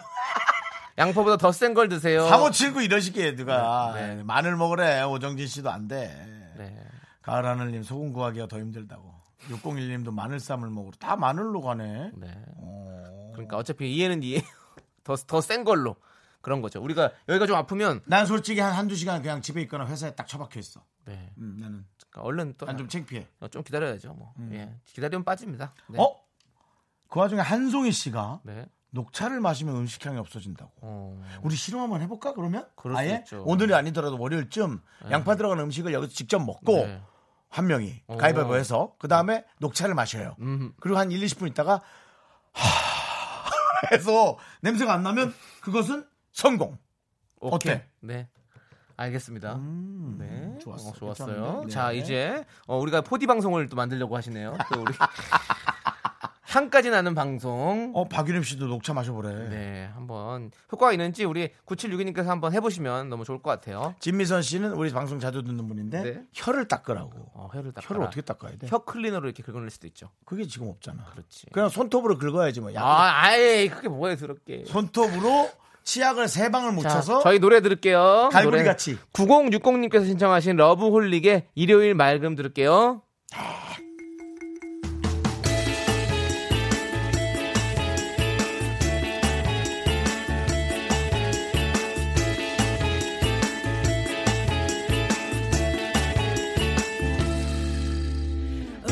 [SPEAKER 2] 양파보다 더 센 걸 드세요.
[SPEAKER 1] 3579 이러시게 누가
[SPEAKER 2] 어. 네, 네.
[SPEAKER 1] 마늘 먹으래 오정진 씨도 안 돼.
[SPEAKER 2] 네.
[SPEAKER 1] 가을 하늘님 소금 구하기가 더 힘들다고. 601님도 마늘 쌈을 먹으러 다 마늘로 가네.
[SPEAKER 2] 네.
[SPEAKER 1] 어.
[SPEAKER 2] 그러니까 어차피 이해는 이해. 더더 센 걸로 그런 거죠. 우리가 여기가 좀 아프면
[SPEAKER 1] 난 솔직히 한 한두 시간 그냥 집에 있거나 회사에 딱 처박혀 있어.
[SPEAKER 2] 네.
[SPEAKER 1] 음, 나는
[SPEAKER 2] 그러니까 얼른 또
[SPEAKER 1] 난 좀 창피해.
[SPEAKER 2] 어, 좀 기다려야죠. 뭐. 예. 기다리면 빠집니다. 네.
[SPEAKER 1] 어? 그 와중에 한송이 씨가
[SPEAKER 2] 네.
[SPEAKER 1] 녹차를 마시면 음식향이 없어진다고.
[SPEAKER 2] 어.
[SPEAKER 1] 우리 실험 한번 해볼까 그러면?
[SPEAKER 2] 그럴 수
[SPEAKER 1] 아예
[SPEAKER 2] 있죠.
[SPEAKER 1] 오늘이 아니더라도 월요일쯤 양파 들어간 음식을 여기서 직접 먹고
[SPEAKER 2] 네.
[SPEAKER 1] 한 명이
[SPEAKER 2] 어.
[SPEAKER 1] 가위바위보 해서 그 다음에 녹차를 마셔요. 그리고 한 1, 20분 있다가 하 해서 냄새가 안 나면 그것은 성공.
[SPEAKER 2] 오케이.
[SPEAKER 1] 어때? 음.
[SPEAKER 2] 네. 알겠습니다. 네.
[SPEAKER 1] 좋았어.
[SPEAKER 2] 어, 좋았어요.
[SPEAKER 1] 괜찮은데?
[SPEAKER 2] 자,
[SPEAKER 1] 네.
[SPEAKER 2] 이제 어, 우리가 포디 방송을 또 만들려고 하시네요. 또 우리 향까지 나는 방송.
[SPEAKER 1] 어 박유림 씨도 녹차 마셔보래.
[SPEAKER 2] 네, 한번 효과가 있는지 우리 9762님께서 한번 해보시면 너무 좋을 것 같아요.
[SPEAKER 1] 진미선 씨는 우리 방송 자주 듣는 분인데
[SPEAKER 2] 네.
[SPEAKER 1] 혀를 닦으라고.
[SPEAKER 2] 어, 혀를 닦아.
[SPEAKER 1] 혀를 어떻게 닦아야 돼?
[SPEAKER 2] 혀 클리너로 이렇게 긁어낼 수도 있죠.
[SPEAKER 1] 그게 지금 없잖아.
[SPEAKER 2] 그렇지.
[SPEAKER 1] 그냥 손톱으로 긁어야지 뭐. 야,
[SPEAKER 2] 아, 아예 그게 뭐예요, 더럽게.
[SPEAKER 1] 손톱으로 치약을 세 방울
[SPEAKER 2] 자,
[SPEAKER 1] 묻혀서
[SPEAKER 2] 저희 노래 들을게요.
[SPEAKER 1] 갈고리
[SPEAKER 2] 노래.
[SPEAKER 1] 같이.
[SPEAKER 2] 9060님께서 신청하신 러브홀릭의 일요일 맑음 들을게요.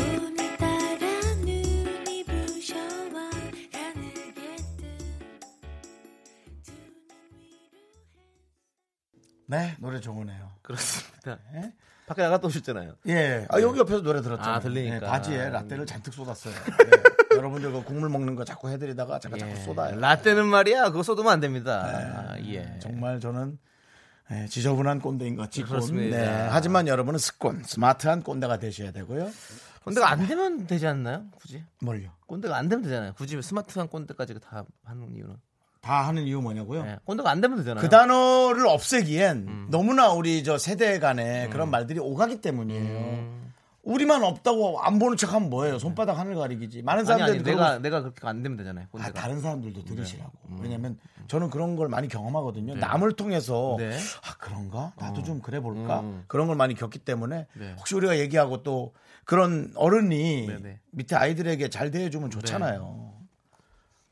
[SPEAKER 3] 오늘따라 눈이 부셔와 하늘에 뜬
[SPEAKER 1] 네 노래 좋으네요.
[SPEAKER 2] 그렇습니다.
[SPEAKER 1] 네.
[SPEAKER 2] 밖에 나갔다 오셨잖아요.
[SPEAKER 1] 예. 아, 여기 옆에서 노래 들었잖아요.
[SPEAKER 2] 아, 음. 들리니까.
[SPEAKER 1] 예, 바지에 라떼를 잔뜩 쏟았어요. 예. 여러분들 그 국물 먹는 거 자꾸 해드리다가 잠깐
[SPEAKER 2] 예.
[SPEAKER 1] 자꾸 쏟아요. 네.
[SPEAKER 2] 라떼는 말이야, 그거 쏟으면 안 됩니다. 아, 예.
[SPEAKER 1] 정말 저는 예, 지저분한 꼰대인 것 같지.
[SPEAKER 2] 그렇습니다.
[SPEAKER 1] 하지만 여러분은 스콘, 스마트한 꼰대가 되셔야 되고요.
[SPEAKER 2] 꼰대가 안 되면 되지 않나요? 굳이?
[SPEAKER 1] 뭘요?
[SPEAKER 2] 꼰대가 안 되면 되잖아요. 굳이 스마트한 꼰대까지 다 하는 이유는.
[SPEAKER 1] 다 하는 이유 뭐냐고요?
[SPEAKER 2] 예. 꼰대가 안 되면 되잖아요.
[SPEAKER 1] 어. 그 단어를 없애기엔
[SPEAKER 2] 음.
[SPEAKER 1] 너무나 우리 저 세대 간에 그런 말들이 오가기 때문이에요.
[SPEAKER 2] 음.
[SPEAKER 1] 우리만 없다고 안 보는 척하면 뭐예요? 손바닥 하늘 가리기지. 많은
[SPEAKER 2] 아니,
[SPEAKER 1] 사람들이
[SPEAKER 2] 아니, 내가, 내가 그렇게 안 되면 되잖아요.
[SPEAKER 1] 아,
[SPEAKER 2] 꼰대가.
[SPEAKER 1] 다른 사람들도 들으시라고. 왜냐면 저는 그런 걸 많이 경험하거든요. 남을 통해서
[SPEAKER 2] 네.
[SPEAKER 1] 아 그런가? 나도 좀 그래 볼까? 그런 걸 많이 겪기 때문에
[SPEAKER 2] 네.
[SPEAKER 1] 혹시 우리가 얘기하고 또 그런 어른이
[SPEAKER 2] 네, 네.
[SPEAKER 1] 밑에 아이들에게 잘 대해주면 좋잖아요.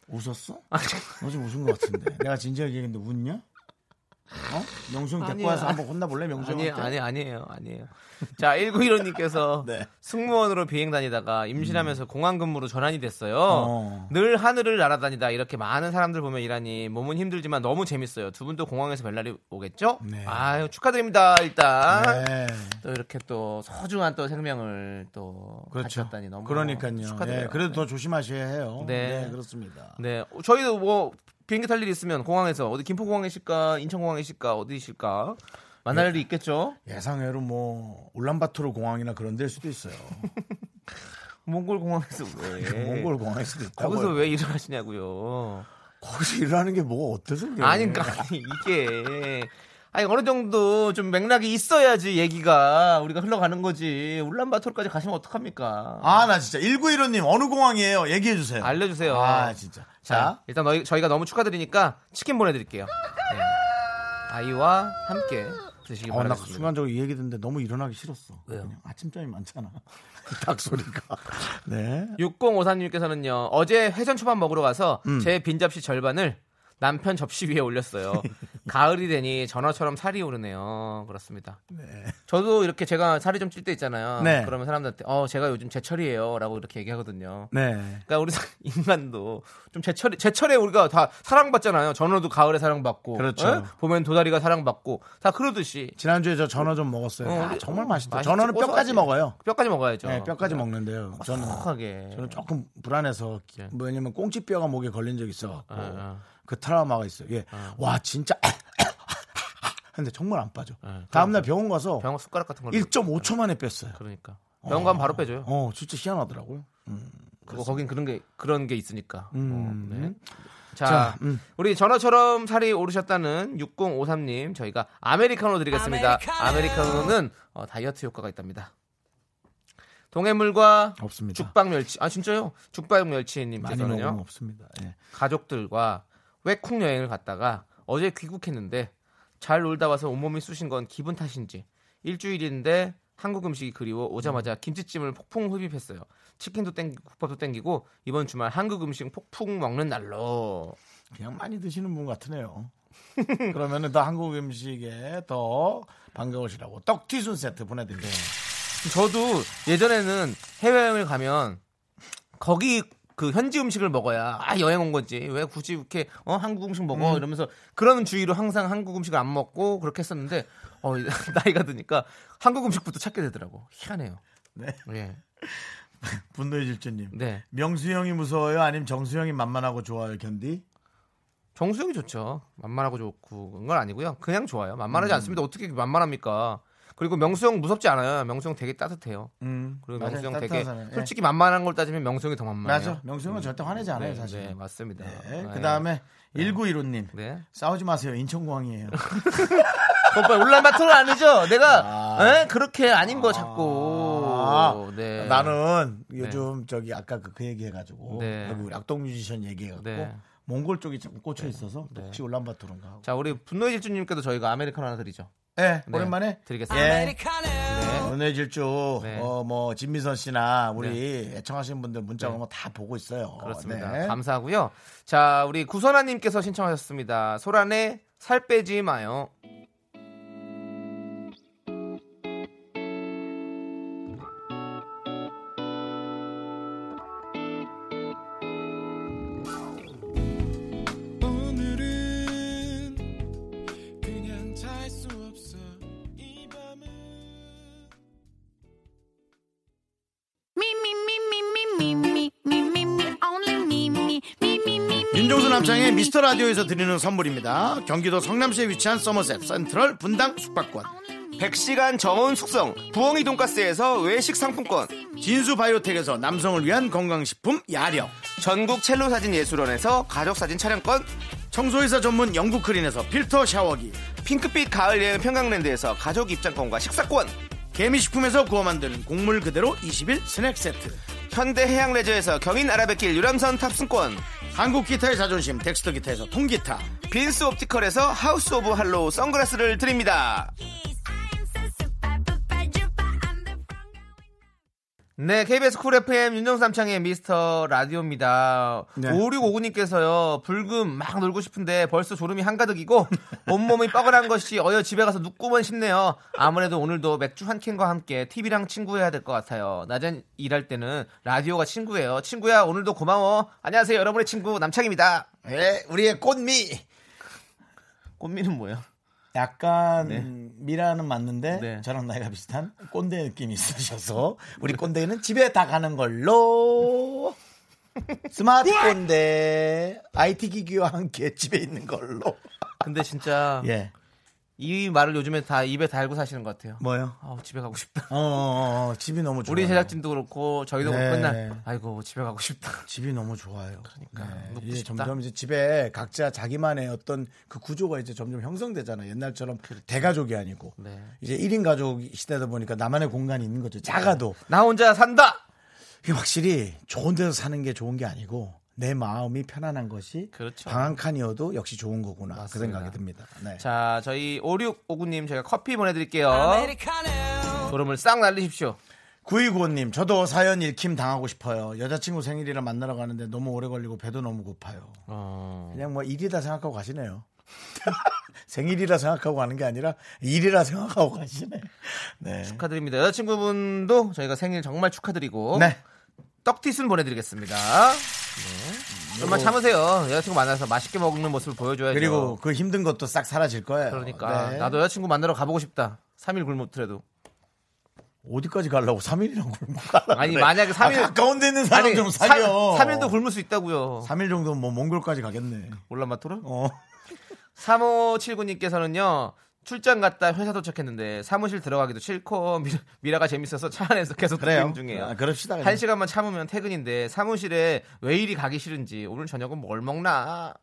[SPEAKER 1] 웃었어? 너 지금 웃은 것 같은데. 내가 진지하게 얘기했는데 웃냐? 어? 명수 형 데리고
[SPEAKER 2] 아니에요.
[SPEAKER 1] 와서 한번 혼나볼래? 명수
[SPEAKER 2] 아니,
[SPEAKER 1] 형한테.
[SPEAKER 2] 아니, 아니에요. 아니에요. 자, 1915님께서
[SPEAKER 1] 네. 음.
[SPEAKER 2] 승무원으로 비행 다니다가 임신하면서 공항 근무로 전환이 됐어요.
[SPEAKER 1] 어.
[SPEAKER 2] 늘 하늘을 날아다니다 이렇게 많은 사람들 보면 일하니 몸은 힘들지만 너무 재밌어요. 두 분도 공항에서 별 날이 오겠죠?
[SPEAKER 1] 네.
[SPEAKER 2] 아유, 축하드립니다. 일단.
[SPEAKER 1] 네.
[SPEAKER 2] 또 이렇게 또 소중한 또 생명을 또
[SPEAKER 1] 그렇죠.
[SPEAKER 2] 갖췄다니 너무
[SPEAKER 1] 그러니까요.
[SPEAKER 2] 축하드려요.
[SPEAKER 1] 예, 그래도 더 조심하셔야 해요.
[SPEAKER 2] 네.
[SPEAKER 1] 네 그렇습니다.
[SPEAKER 2] 네, 어, 저희도 뭐 비행기 탈 일이 있으면 공항에서 어디 김포공항이실까, 인천공항이실까, 어디실까
[SPEAKER 1] 네.
[SPEAKER 2] 만날 일이 있겠죠.
[SPEAKER 1] 예상외로 뭐 울란바토르 공항이나 그런 데일 수도 있어요.
[SPEAKER 2] 몽골 공항에서 왜?
[SPEAKER 1] 몽골 공항일 수도 있다고.
[SPEAKER 2] 네. 거기서 왜 일을 하시냐고요.
[SPEAKER 1] 거기서 일하는 게 뭐가 어때서 그래요?
[SPEAKER 2] 아니, 그러니까 아니, 이게 아니 어느 정도 좀 맥락이 있어야지 얘기가 우리가 흘러가는 거지. 울란바토르까지 가시면 어떡합니까?
[SPEAKER 1] 아, 나 진짜 1915님 어느 공항이에요? 얘기해 주세요.
[SPEAKER 2] 알려 주세요.
[SPEAKER 1] 아, 진짜.
[SPEAKER 2] 자,
[SPEAKER 1] 자,
[SPEAKER 2] 일단 너희, 저희가 너무 축하드리니까 치킨 보내 드릴게요. 네. 아이와 함께 드시기
[SPEAKER 1] 어, 나
[SPEAKER 2] 바랍니다.
[SPEAKER 1] 순간적으로 이 얘기 듣는데 너무 일어나기 싫었어.
[SPEAKER 2] 왜요? 그
[SPEAKER 1] 그냥 아침잠이 많잖아. 닭 소리가. 네.
[SPEAKER 2] 6053님께서는요 어제 회전 초밥 먹으러 가서
[SPEAKER 1] 음.
[SPEAKER 2] 제 빈 접시 절반을 남편 접시 위에 올렸어요. 가을이 되니 전어처럼 살이 오르네요. 그렇습니다. 저도 이렇게 제가 살이 좀 찔 때 있잖아요.
[SPEAKER 1] 네.
[SPEAKER 2] 그러면 사람들한테 어 제가 요즘 제철이에요라고 이렇게 얘기하거든요.
[SPEAKER 1] 네.
[SPEAKER 2] 그러니까 우리 사- 인간도 좀 제철 제철에 우리가 다 사랑받잖아요. 전어도 가을에 사랑받고,
[SPEAKER 1] 그렇죠.
[SPEAKER 2] 예? 보면 도다리가 사랑받고 다 그러듯이
[SPEAKER 1] 지난주에 저 전어 좀 먹었어요.
[SPEAKER 2] 어,
[SPEAKER 1] 아,
[SPEAKER 2] 우리-
[SPEAKER 1] 정말
[SPEAKER 2] 어,
[SPEAKER 1] 맛있다.
[SPEAKER 2] 맛있지, 어,
[SPEAKER 1] 전어는 뼈까지
[SPEAKER 2] 고소하지.
[SPEAKER 1] 먹어요.
[SPEAKER 2] 뼈까지 먹어야죠.
[SPEAKER 1] 네, 뼈까지 먹는데요. 저는
[SPEAKER 2] 하게
[SPEAKER 1] 저는 조금 불안해서
[SPEAKER 2] 네.
[SPEAKER 1] 뭐냐면 꽁치뼈가 목에 걸린 적이 있어. 갖고
[SPEAKER 2] 아, 아.
[SPEAKER 1] 그 트라우마가 있어요. 예. 와, 진짜. 근데 정말 안 빠져. 다음날 병원 가서
[SPEAKER 2] 아, 병원 숟가락 같은 걸로.
[SPEAKER 1] 1.5초 만에 뺐어요.
[SPEAKER 2] 그러니까. 병원 가면 바로 빼줘요.
[SPEAKER 1] 어, 진짜 희한하더라고요.
[SPEAKER 2] 그거 거긴 그런 게 그런 게 있으니까. 어, 네.
[SPEAKER 1] 음.
[SPEAKER 2] 자,
[SPEAKER 1] 자, 음.
[SPEAKER 2] 우리 전어처럼 살이 오르셨다는 6053님 저희가 아메리카노 드리겠습니다. 아메리카노. 는 다이어트 효과가 있답니다. 동해물과
[SPEAKER 1] 없습니다.
[SPEAKER 2] 죽박 멸치 아 진짜요? 죽박
[SPEAKER 1] 많이 먹으면
[SPEAKER 2] 멸치님께서는요
[SPEAKER 1] 없습니다. 예.
[SPEAKER 2] 가족들과 외국 여행을 갔다가 어제 귀국했는데 잘 놀다 와서 온몸이 쑤신 건 기분 탓인지 일주일인데 한국 음식이 그리워 오자마자 김치찜을 폭풍 흡입했어요. 치킨도 땡기고 국밥도 땡기고 이번 주말 한국 음식 폭풍 먹는 날로
[SPEAKER 1] 그냥 많이 드시는 분 같으네요. 그러면은 더 한국 음식에 더 반가우시라고 떡튀순 세트 보내드릴게요.
[SPEAKER 2] 네. 저도 예전에는 해외여행을 가면 거기 그 현지 음식을 먹어야 아 여행 온 건지 왜 굳이 이렇게 어 한국 음식 먹어 이러면서 그런 주의로 항상 한국 음식을 안 먹고 그렇게 했었는데 어 나이가 드니까 한국 음식부터 찾게 되더라고 희한해요.
[SPEAKER 1] 네.
[SPEAKER 2] 예.
[SPEAKER 1] 분노의 질주님.
[SPEAKER 2] 네.
[SPEAKER 1] 명수 형이 무서워요? 아니면 정수 형이 만만하고 좋아요, 견디?
[SPEAKER 2] 정수영이 좋죠. 만만하고 좋고 그런 건 아니고요. 그냥 좋아요.
[SPEAKER 1] 음.
[SPEAKER 2] 만만하지 않습니다. 어떻게 만만합니까? 그리고 명수형 무섭지 않아요. 명수형 되게 따뜻해요.
[SPEAKER 1] 음.
[SPEAKER 2] 그리고
[SPEAKER 1] 맞아요.
[SPEAKER 2] 명수형 되게
[SPEAKER 1] 따뜻한 사람이에요. 예.
[SPEAKER 2] 솔직히 만만한 걸 따지면 명수형이 더 만만해요.
[SPEAKER 1] 맞아. 명수 형은 절대 화내지 않아요,
[SPEAKER 2] 네,
[SPEAKER 1] 사실.
[SPEAKER 2] 네,
[SPEAKER 1] 은
[SPEAKER 2] 맞습니다.
[SPEAKER 1] 네.
[SPEAKER 2] 아,
[SPEAKER 1] 그 다음에 1915님.
[SPEAKER 2] 네.
[SPEAKER 1] 싸우지 마세요. 인천공항이에요.
[SPEAKER 2] 오빠 울란바토르 아니죠? 내가
[SPEAKER 1] 아.
[SPEAKER 2] 에? 그렇게 아닌 거 자꾸. 네.
[SPEAKER 1] 나는 요즘 저기 아까 그, 그 얘기해가지고
[SPEAKER 2] 네.
[SPEAKER 1] 여기 우리 악동 뮤지션 얘기해갖고
[SPEAKER 2] 네.
[SPEAKER 1] 몽골 쪽이 자꾸 꽂혀 있어서 혹시 울란바토르인가 하고.
[SPEAKER 2] 자, 우리 분노의 질주님께도 저희가 아메리카노 하나 드리죠.
[SPEAKER 1] 예,
[SPEAKER 2] 네,
[SPEAKER 1] 오랜만에
[SPEAKER 2] 드리겠습니다.
[SPEAKER 1] 예.
[SPEAKER 2] 네.
[SPEAKER 1] 오늘 질주
[SPEAKER 2] 네.
[SPEAKER 1] 어, 뭐 진미선 씨나 우리 애청하시는 분들 문자 오는 거 다 보고 있어요.
[SPEAKER 2] 네. 그렇습니다.
[SPEAKER 1] 네.
[SPEAKER 2] 감사하고요. 자, 우리 구선아님께서 신청하셨습니다. 소란에 살 빼지 마요.
[SPEAKER 3] Me, me, me, me, me, me, me, me, me, only me, me, me, me, me, me.
[SPEAKER 1] 윤종수 남창의 미스터 라디오에서 드리는 선물입니다. 경기도 성남시에 위치한 서머셋 센트럴 분당 숙박권,
[SPEAKER 2] 100시간 정원 숙성 부엉이 돈가스에서 외식 상품권
[SPEAKER 1] 진수 바이오텍에서 남성을 위한 건강식품 야력,
[SPEAKER 2] 전국 첼로 사진 예술원에서 가족 사진 촬영권
[SPEAKER 1] 청소회사 전문 영국 크린에서 필터 샤워기,
[SPEAKER 2] 핑크빛 가을 여행 평강랜드에서 가족 입장권과 식사권
[SPEAKER 1] 개미식품에서 구워 만든 곡물 그대로 20일 스낵 세트,
[SPEAKER 2] 현대 해양 레저에서 경인 아라뱃길 유람선 탑승권
[SPEAKER 1] 한국 기타의 자존심 덱스터 기타에서 통기타,
[SPEAKER 2] 빈스 옵티컬에서 하우스 오브 할로우 선글라스를 드립니다. 네,
[SPEAKER 3] I am so super, super, duper. I'm the wrong girl.
[SPEAKER 2] KBS 쿨 FM 윤정삼창의 미스터 라디오입니다.
[SPEAKER 1] 네.
[SPEAKER 2] 5659님께서요, 불금 막 놀고 싶은데 벌써 졸음이 한가득이고, 온몸이 뻐근한 것이 어여 집에 가서 눕고만 싶네요. 아무래도 오늘도 맥주 한 캔과 함께 TV랑 친구해야 될 것 같아요. 낮엔 일할 때는 라디오가 친구예요. 친구야, 오늘도 고마워. 안녕하세요, 여러분의 친구 남창입니다.
[SPEAKER 1] 예, 우리의 꽃미.
[SPEAKER 2] 꽃미는 뭐예요?
[SPEAKER 1] 약간 음, 미라는 맞는데
[SPEAKER 2] 네.
[SPEAKER 1] 저랑 나이가 비슷한 꼰대 느낌이 있으셔서 우리 꼰대는 집에 다 가는 걸로 스마트 꼰대 IT 기기와 함께 집에 있는 걸로
[SPEAKER 2] 근데 진짜,
[SPEAKER 1] 예
[SPEAKER 2] 이 말을 요즘에 다 입에 달고 사시는 것 같아요.
[SPEAKER 1] 뭐요?
[SPEAKER 2] 아우, 집에 가고 싶다.
[SPEAKER 1] 어, 어, 어, 집이 너무 좋아요.
[SPEAKER 2] 우리 제작진도 그렇고 저희도
[SPEAKER 1] 네.
[SPEAKER 2] 그렇고 맨날 아이고 집에 가고 싶다.
[SPEAKER 1] 집이 너무 좋아요. 그러니까
[SPEAKER 2] 눕고
[SPEAKER 1] 이제
[SPEAKER 2] 싶다.
[SPEAKER 1] 점점 이제 집에 각자 자기만의 어떤 그 구조가 이제 점점 형성되잖아요. 옛날처럼 대가족이 아니고
[SPEAKER 2] 그렇죠. 네.
[SPEAKER 1] 이제 1인 가족 시대다 보니까 나만의 공간이 있는 거죠. 작아도
[SPEAKER 2] 나 혼자 산다.
[SPEAKER 1] 이게 확실히 좋은 데서 사는 게 좋은 게 아니고 내 마음이 편안한 것이
[SPEAKER 2] 그렇죠.
[SPEAKER 1] 방 한 칸이어도 역시 좋은 거구나 그
[SPEAKER 2] 맞습니다.
[SPEAKER 1] 생각이 듭니다. 네.
[SPEAKER 2] 자, 저희 5659님 저희가 커피 보내드릴게요. 졸음을 싹 날리십시오.
[SPEAKER 1] 9295님 저도 사연 읽힘 당하고 싶어요. 여자친구 생일이라 만나러 가는데 너무 오래 걸리고 배도 너무 고파요. 그냥 뭐 일이다 생각하고 가시네요. 생일이라 생각하고 가는 게 아니라 일이라 생각하고 가시네. 네.
[SPEAKER 2] 축하드립니다. 여자친구분도 저희가 생일 정말 축하드리고
[SPEAKER 1] 네.
[SPEAKER 2] 떡티순 보내드리겠습니다. 네. 좀만 참으세요. 여자친구 만나서 맛있게 먹는 모습을 보여줘야죠.
[SPEAKER 1] 그리고 그 힘든 것도 싹 사라질 거예요.
[SPEAKER 2] 그러니까
[SPEAKER 1] 네.
[SPEAKER 2] 나도 여자친구 만나러 가보고 싶다. 3일 굶었더라도
[SPEAKER 1] 어디까지 가려고 3일이라고 그러면 가려고
[SPEAKER 2] 아니,
[SPEAKER 1] 그래.
[SPEAKER 2] 만약에 삼일-
[SPEAKER 1] 아, 가까운 데 있는 사람 좀 사려
[SPEAKER 2] 3일도 굶을 수 있다고요.
[SPEAKER 1] 3일 정도면 뭐 몽골까지 가겠네
[SPEAKER 2] 올라마토라?
[SPEAKER 1] 어
[SPEAKER 2] 3579님께서는요. 출장 갔다 회사 도착했는데 사무실 들어가기도 싫고 미- 미라가 재밌어서 차 안에서 계속
[SPEAKER 1] 그래요
[SPEAKER 2] 듣는 중이에요.
[SPEAKER 1] 아, 그럽시다 그냥.
[SPEAKER 2] 한 시간만 참으면 퇴근인데 사무실에 왜 이리 가기 싫은지 오늘 저녁은 뭘 먹나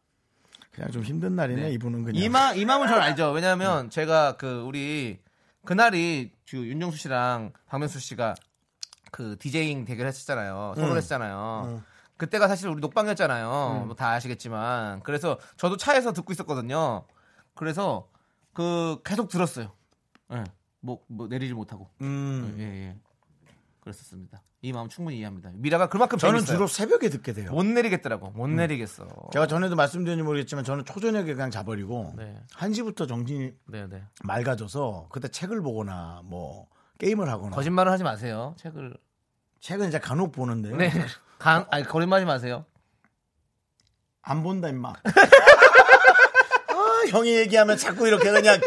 [SPEAKER 1] 그냥 좀 힘든 날이네 이분은 그냥
[SPEAKER 2] 이마 이마음을 잘 알죠. 왜냐하면 제가 그 우리 그날이 주 윤정수 씨랑 박명수 씨가 그 디제잉 대결했었잖아요. 서로 했잖아요. 그때가 사실 우리 녹방이었잖아요. 뭐다 아시겠지만 그래서 저도 차에서 듣고 있었거든요. 그래서 그 계속 들었어요. 예. 뭐, 뭐 내리지 못하고
[SPEAKER 1] 음.
[SPEAKER 2] 예, 예. 그랬었습니다. 이 마음 충분히 이해합니다. 미라가 그만큼
[SPEAKER 1] 저는
[SPEAKER 2] 재밌어요.
[SPEAKER 1] 주로 새벽에 듣게 돼요
[SPEAKER 2] 못 내리겠더라고. 못 내리겠어.
[SPEAKER 1] 제가 전에도 말씀드렸는지 모르겠지만 저는 초저녁에 그냥 자버리고
[SPEAKER 2] 네.
[SPEAKER 1] 한시부터 정신이
[SPEAKER 2] 네, 네.
[SPEAKER 1] 맑아져서 그때 책을 보거나 뭐 게임을 하거나
[SPEAKER 2] 거짓말을 하지 마세요. 책을
[SPEAKER 1] 책은 이제 간혹 보는데
[SPEAKER 2] 네. 강, 아니, 거짓말하지 마세요.
[SPEAKER 1] 안 본다 임마. 아, 형이 얘기하면 자꾸 이렇게 그냥.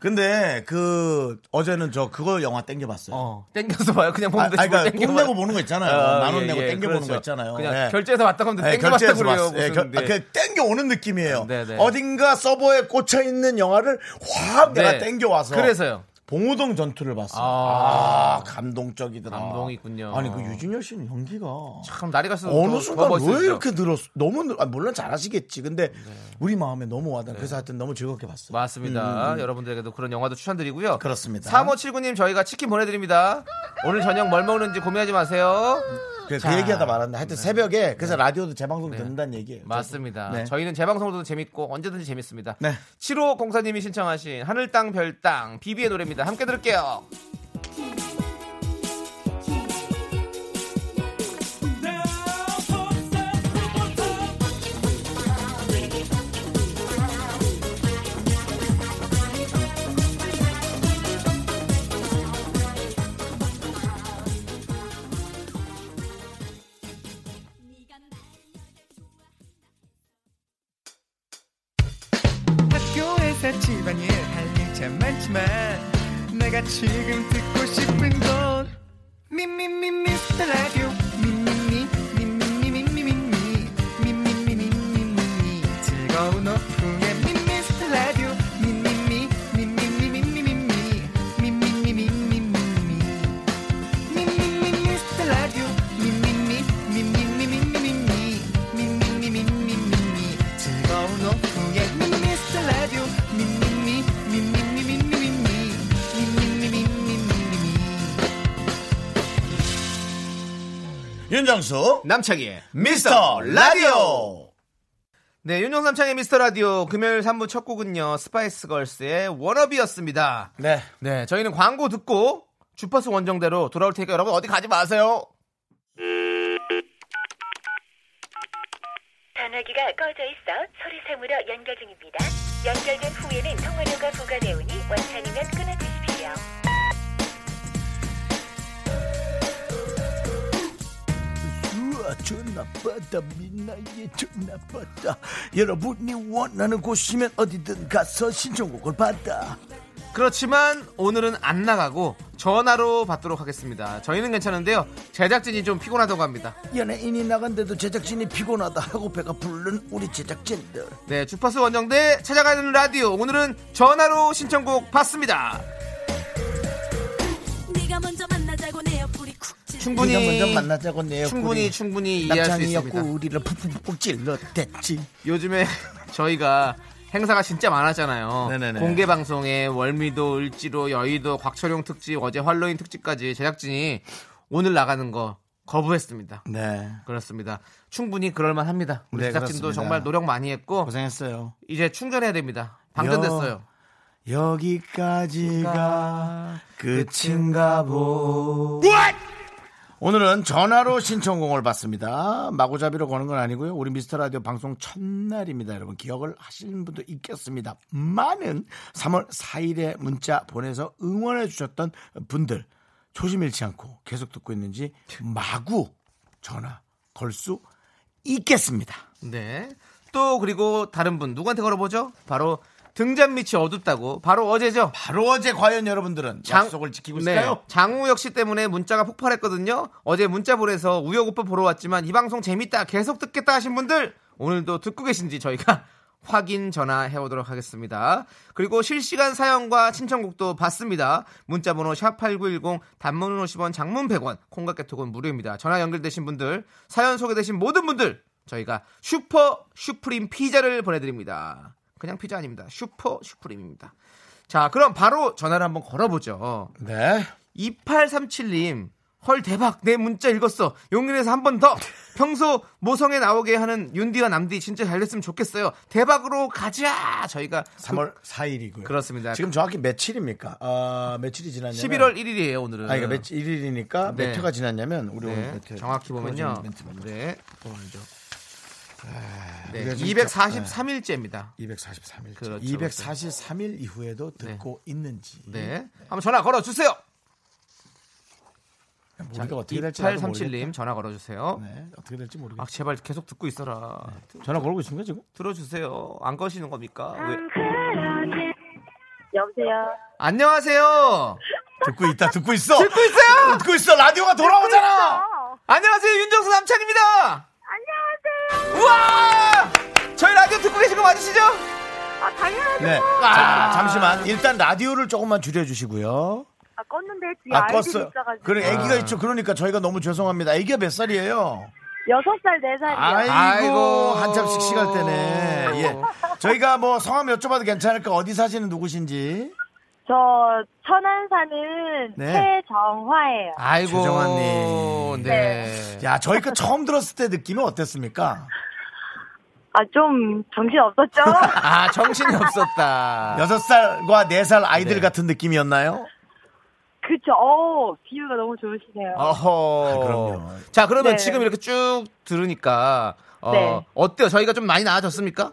[SPEAKER 1] 근데 그 어제는 저 그거 영화 땡겨봤어요.
[SPEAKER 2] 어. 땡겨서 봐요.
[SPEAKER 1] 네. 아,
[SPEAKER 2] 그냥 보면
[SPEAKER 1] 아니,
[SPEAKER 2] 되지.
[SPEAKER 1] 그러니까
[SPEAKER 2] 땡겨봐요.
[SPEAKER 1] 돈 내고 보는 거 있잖아요.
[SPEAKER 2] 아,
[SPEAKER 1] 만 원
[SPEAKER 2] 예,
[SPEAKER 1] 내고
[SPEAKER 2] 예,
[SPEAKER 1] 땡겨 보는
[SPEAKER 2] 그렇죠.
[SPEAKER 1] 거 있잖아요.
[SPEAKER 2] 그냥
[SPEAKER 1] 예.
[SPEAKER 2] 결제해서 왔다고 하면
[SPEAKER 1] 네,
[SPEAKER 2] 땡겨봤다고
[SPEAKER 1] 결제해서
[SPEAKER 2] 그래요.
[SPEAKER 1] 봤어요. 예,
[SPEAKER 2] 무슨,
[SPEAKER 1] 결- 아,
[SPEAKER 2] 네.
[SPEAKER 1] 그 땡겨 오는 느낌이에요.
[SPEAKER 2] 네, 네.
[SPEAKER 1] 어딘가 서버에 꽂혀 있는 영화를 확 내가
[SPEAKER 2] 네.
[SPEAKER 1] 땡겨 와서
[SPEAKER 2] 그래서요.
[SPEAKER 1] 봉우동 전투를 봤어.
[SPEAKER 2] 아.
[SPEAKER 1] 아, 감동적이더라.
[SPEAKER 2] 감동이 있군요.
[SPEAKER 1] 아니 그 유진열 씨는 연기가
[SPEAKER 2] 참 날이 갈수록 더-
[SPEAKER 1] 어느
[SPEAKER 2] 더
[SPEAKER 1] 순간 왜
[SPEAKER 2] 멋있어지죠. 네.
[SPEAKER 1] 이렇게 늘었어? 너무 늘, 아, 물론 잘하시겠지. 근데 우리 마음에 너무 와닿아. 그래서 하여튼 너무 즐겁게 봤어요.
[SPEAKER 2] 맞습니다. 여러분들에게도 그런 영화도 추천드리고요.
[SPEAKER 1] 음. 그렇습니다.
[SPEAKER 2] 3579님 저희가 치킨 보내드립니다. 오늘 저녁 뭘 먹는지 고민하지 마세요.
[SPEAKER 1] 그래, 그
[SPEAKER 2] 자. 네.
[SPEAKER 1] 얘기하다 말았는데 하여튼 새벽에 그래서 라디오도 재방송 듣는다는 얘기예요.
[SPEAKER 2] 맞습니다.
[SPEAKER 1] 네.
[SPEAKER 2] 저희는 재방송으로도 재밌고 언제든지 재밌습니다.
[SPEAKER 1] 네.
[SPEAKER 2] 7호 공사님이 신청하신 하늘 땅 별 땅 비비의 노래입니다. 함께 들을게요.
[SPEAKER 4] 학교에서 집안일 할 일 참 많지만 내가 지금 듣고 싶은 건 미미미 미스터 라디오 미미미 미미미 미미미 미미미 미미미 즐거운 오후에 미미스터 라디오 미미미 미미미 미미미 미미미 미미미
[SPEAKER 1] 윤정수
[SPEAKER 2] 남창희의
[SPEAKER 1] 미스터 라디오.
[SPEAKER 2] 네, 윤종삼창의 미스터 라디오 금요일 3부 첫 곡은요. 스파이스 걸스의 워너비였습니다.
[SPEAKER 1] 네.
[SPEAKER 2] 네, 저희는 광고 듣고 주파수 원정대로 돌아올 테니까 여러분 어디 가지 마세요.
[SPEAKER 5] 전화기가 꺼져 있어 소리 사무로 연결 중입니다. 연결된 후에는 통화료가 부과되오니 원산이면 끊어주십시오.
[SPEAKER 1] 우와 전나빠다 민나의 전나빠다 여러분이 원하는 곳이면 어디든 가서 신청곡을 받아
[SPEAKER 2] 그렇지만 오늘은 안 나가고 전화로 받도록 하겠습니다. 저희는 괜찮은데요. 제작진이 좀 피곤하다고 합니다.
[SPEAKER 1] 연예인이 나간데도 제작진이 피곤하다 하고 배가 부른 우리 제작진들
[SPEAKER 2] 네, 주파수 원정대 찾아가는 라디오. 오늘은 전화로 신청곡 받습니다.
[SPEAKER 6] 네가 먼저 만나자고 내 옆구리 쿡 찔러
[SPEAKER 2] 충분히
[SPEAKER 1] 네가 먼저 만나자고 내
[SPEAKER 2] 충분히
[SPEAKER 1] 옆구리.
[SPEAKER 2] 충분히 이해할 수
[SPEAKER 1] 남창이
[SPEAKER 2] 있습니다.
[SPEAKER 1] 옆구리를 푹푹푹 찔러댔지
[SPEAKER 2] 요즘에 저희가 행사가 진짜 많았잖아요.
[SPEAKER 1] 네네네.
[SPEAKER 2] 공개 방송에 월미도, 을지로, 여의도, 곽철용 특집, 어제 할로윈 특집까지 제작진이 오늘 나가는 거 거부했습니다.
[SPEAKER 1] 네
[SPEAKER 2] 그렇습니다. 충분히 그럴만 합니다. 우리
[SPEAKER 1] 네,
[SPEAKER 2] 제작진도
[SPEAKER 1] 그렇습니다.
[SPEAKER 2] 정말 노력 많이 했고
[SPEAKER 1] 고생했어요
[SPEAKER 2] 이제 충전해야 됩니다. 방전됐어요.
[SPEAKER 1] 여기까지가 끝인가 보. 오늘은 전화로 신청공을 받습니다. 마구잡이로 거는 건 아니고요. 우리 미스터 라디오 방송 첫날입니다. 여러분 기억을 하시는 분도 있겠습니다. 많은 3월 4일에 문자 보내서 응원해 주셨던 분들 초심 잃지 않고 계속 듣고 있는지 마구 전화 걸 수 있겠습니다.
[SPEAKER 2] 네. 또 그리고 다른 분 누구한테 걸어보죠? 바로 등잔 밑이 어둡다고 바로 어제죠.
[SPEAKER 1] 바로 어제 과연 여러분들은
[SPEAKER 2] 장-
[SPEAKER 1] 약속을 지키고
[SPEAKER 2] 네,
[SPEAKER 1] 있을까요?
[SPEAKER 2] 장우 역시 때문에 문자가 폭발했거든요. 어제 문자 보내서 우혁 오빠 보러 왔지만 이 방송 재밌다 계속 듣겠다 하신 분들 오늘도 듣고 계신지 저희가 확인 전화 해오도록 하겠습니다. 그리고 실시간 사연과 신청곡도 받습니다. 문자번호 샵8910 단문은 50원 장문 100원 콩깍개톡은 무료입니다. 전화 연결되신 분들 사연 소개되신 모든 분들 저희가 슈퍼 슈프림 피자를 보내드립니다. 그냥 피자 아닙니다. 슈퍼 슈프림입니다. 자 그럼 바로 전화를 한번 걸어보죠.
[SPEAKER 1] 네.
[SPEAKER 2] 2837님. 헐 대박 내 문자 읽었어 용인에서 한 번 더 평소 모성에 나오게 하는 윤디와 남디 진짜 잘 됐으면 좋겠어요 대박으로 가자 저희가 그-
[SPEAKER 1] 3월 4일이고요.
[SPEAKER 2] 그렇습니다.
[SPEAKER 1] 지금 정확히 며칠입니까? 아, 며칠이 지났냐면
[SPEAKER 2] 11월 그 1일이에요 오늘은
[SPEAKER 1] 아, 그러니까 며칠 일이니까
[SPEAKER 2] 네.
[SPEAKER 1] 몇 회가 지났냐면 우리 오늘
[SPEAKER 2] 네,
[SPEAKER 1] 몇 회.
[SPEAKER 2] 정확히 보면요
[SPEAKER 1] 멘트 뭐. 먼저.
[SPEAKER 2] 네, 오늘죠 네,
[SPEAKER 1] 우리가 진짜-
[SPEAKER 2] 243일째입니다
[SPEAKER 1] 네. 243일.
[SPEAKER 2] 그렇죠, 그렇죠.
[SPEAKER 1] 243일 이후에도 듣고 있는지.
[SPEAKER 2] 네 한번 전화 걸어주세요
[SPEAKER 1] 우리가
[SPEAKER 2] 자,
[SPEAKER 1] 어떻게 될지 나도
[SPEAKER 2] 2837님 전화 걸어주세요
[SPEAKER 1] 모르겠- 네, 어떻게 될지 모르겠어.
[SPEAKER 2] 아 제발 계속 듣고 있어라
[SPEAKER 1] 전화 걸고 있습니까 지금?
[SPEAKER 2] 들어주세요 안 거시는 겁니까 왜-
[SPEAKER 7] 여보세요.
[SPEAKER 2] 안녕하세요
[SPEAKER 1] 듣고 있다. 듣고 있어.
[SPEAKER 2] 듣고 있어요
[SPEAKER 1] 듣고 있어. 라디오가 돌아오잖아.
[SPEAKER 7] 그러니까.
[SPEAKER 2] 안녕하세요 윤정수 남창입니다 안녕하세요 우와 저희 라디오 듣고 계신 거 맞으시죠?
[SPEAKER 7] 아, 당연하죠.
[SPEAKER 1] 네. 자,
[SPEAKER 2] 아.
[SPEAKER 1] 잠시만. 일단 라디오를 조금만 줄여주시고요.
[SPEAKER 7] 아, 껐는데 뒤에
[SPEAKER 1] 아,
[SPEAKER 7] 아, 이디
[SPEAKER 1] 껐어요.
[SPEAKER 7] 있어가지고.
[SPEAKER 1] 그래, 아기가
[SPEAKER 2] 아.
[SPEAKER 1] 있죠. 그러니까 저희가 너무 죄송합니다. 아기가 몇 살이에요?
[SPEAKER 7] 6살, 4살이요.
[SPEAKER 1] 아이고,
[SPEAKER 2] 아이고.
[SPEAKER 1] 한참 씩씩할 때네. 예. 저희가 뭐 성함 여쭤봐도 괜찮을까? 어디 사시는 누구신지.
[SPEAKER 7] 저 천안 사는
[SPEAKER 1] 네.
[SPEAKER 7] 최정화예요.
[SPEAKER 2] 아이고
[SPEAKER 1] 최정환님.
[SPEAKER 2] 네.
[SPEAKER 1] 야, 저희가 처음 들었을 때 느낌이 어땠습니까?
[SPEAKER 7] 아, 좀 정신 없었죠?
[SPEAKER 2] 아 정신이 없었다
[SPEAKER 1] 여섯 살과네 살 아이들
[SPEAKER 2] 네.
[SPEAKER 1] 같은 느낌이었나요?
[SPEAKER 7] 그쵸. 어 비유가 너무 좋으시네요.
[SPEAKER 2] 어허
[SPEAKER 1] 아, 그럼요.
[SPEAKER 2] 자 그러면
[SPEAKER 7] 네.
[SPEAKER 2] 지금 이렇게 쭉 들으니까 어,
[SPEAKER 7] 네.
[SPEAKER 2] 어때요 저희가 좀 많이 나아졌습니까?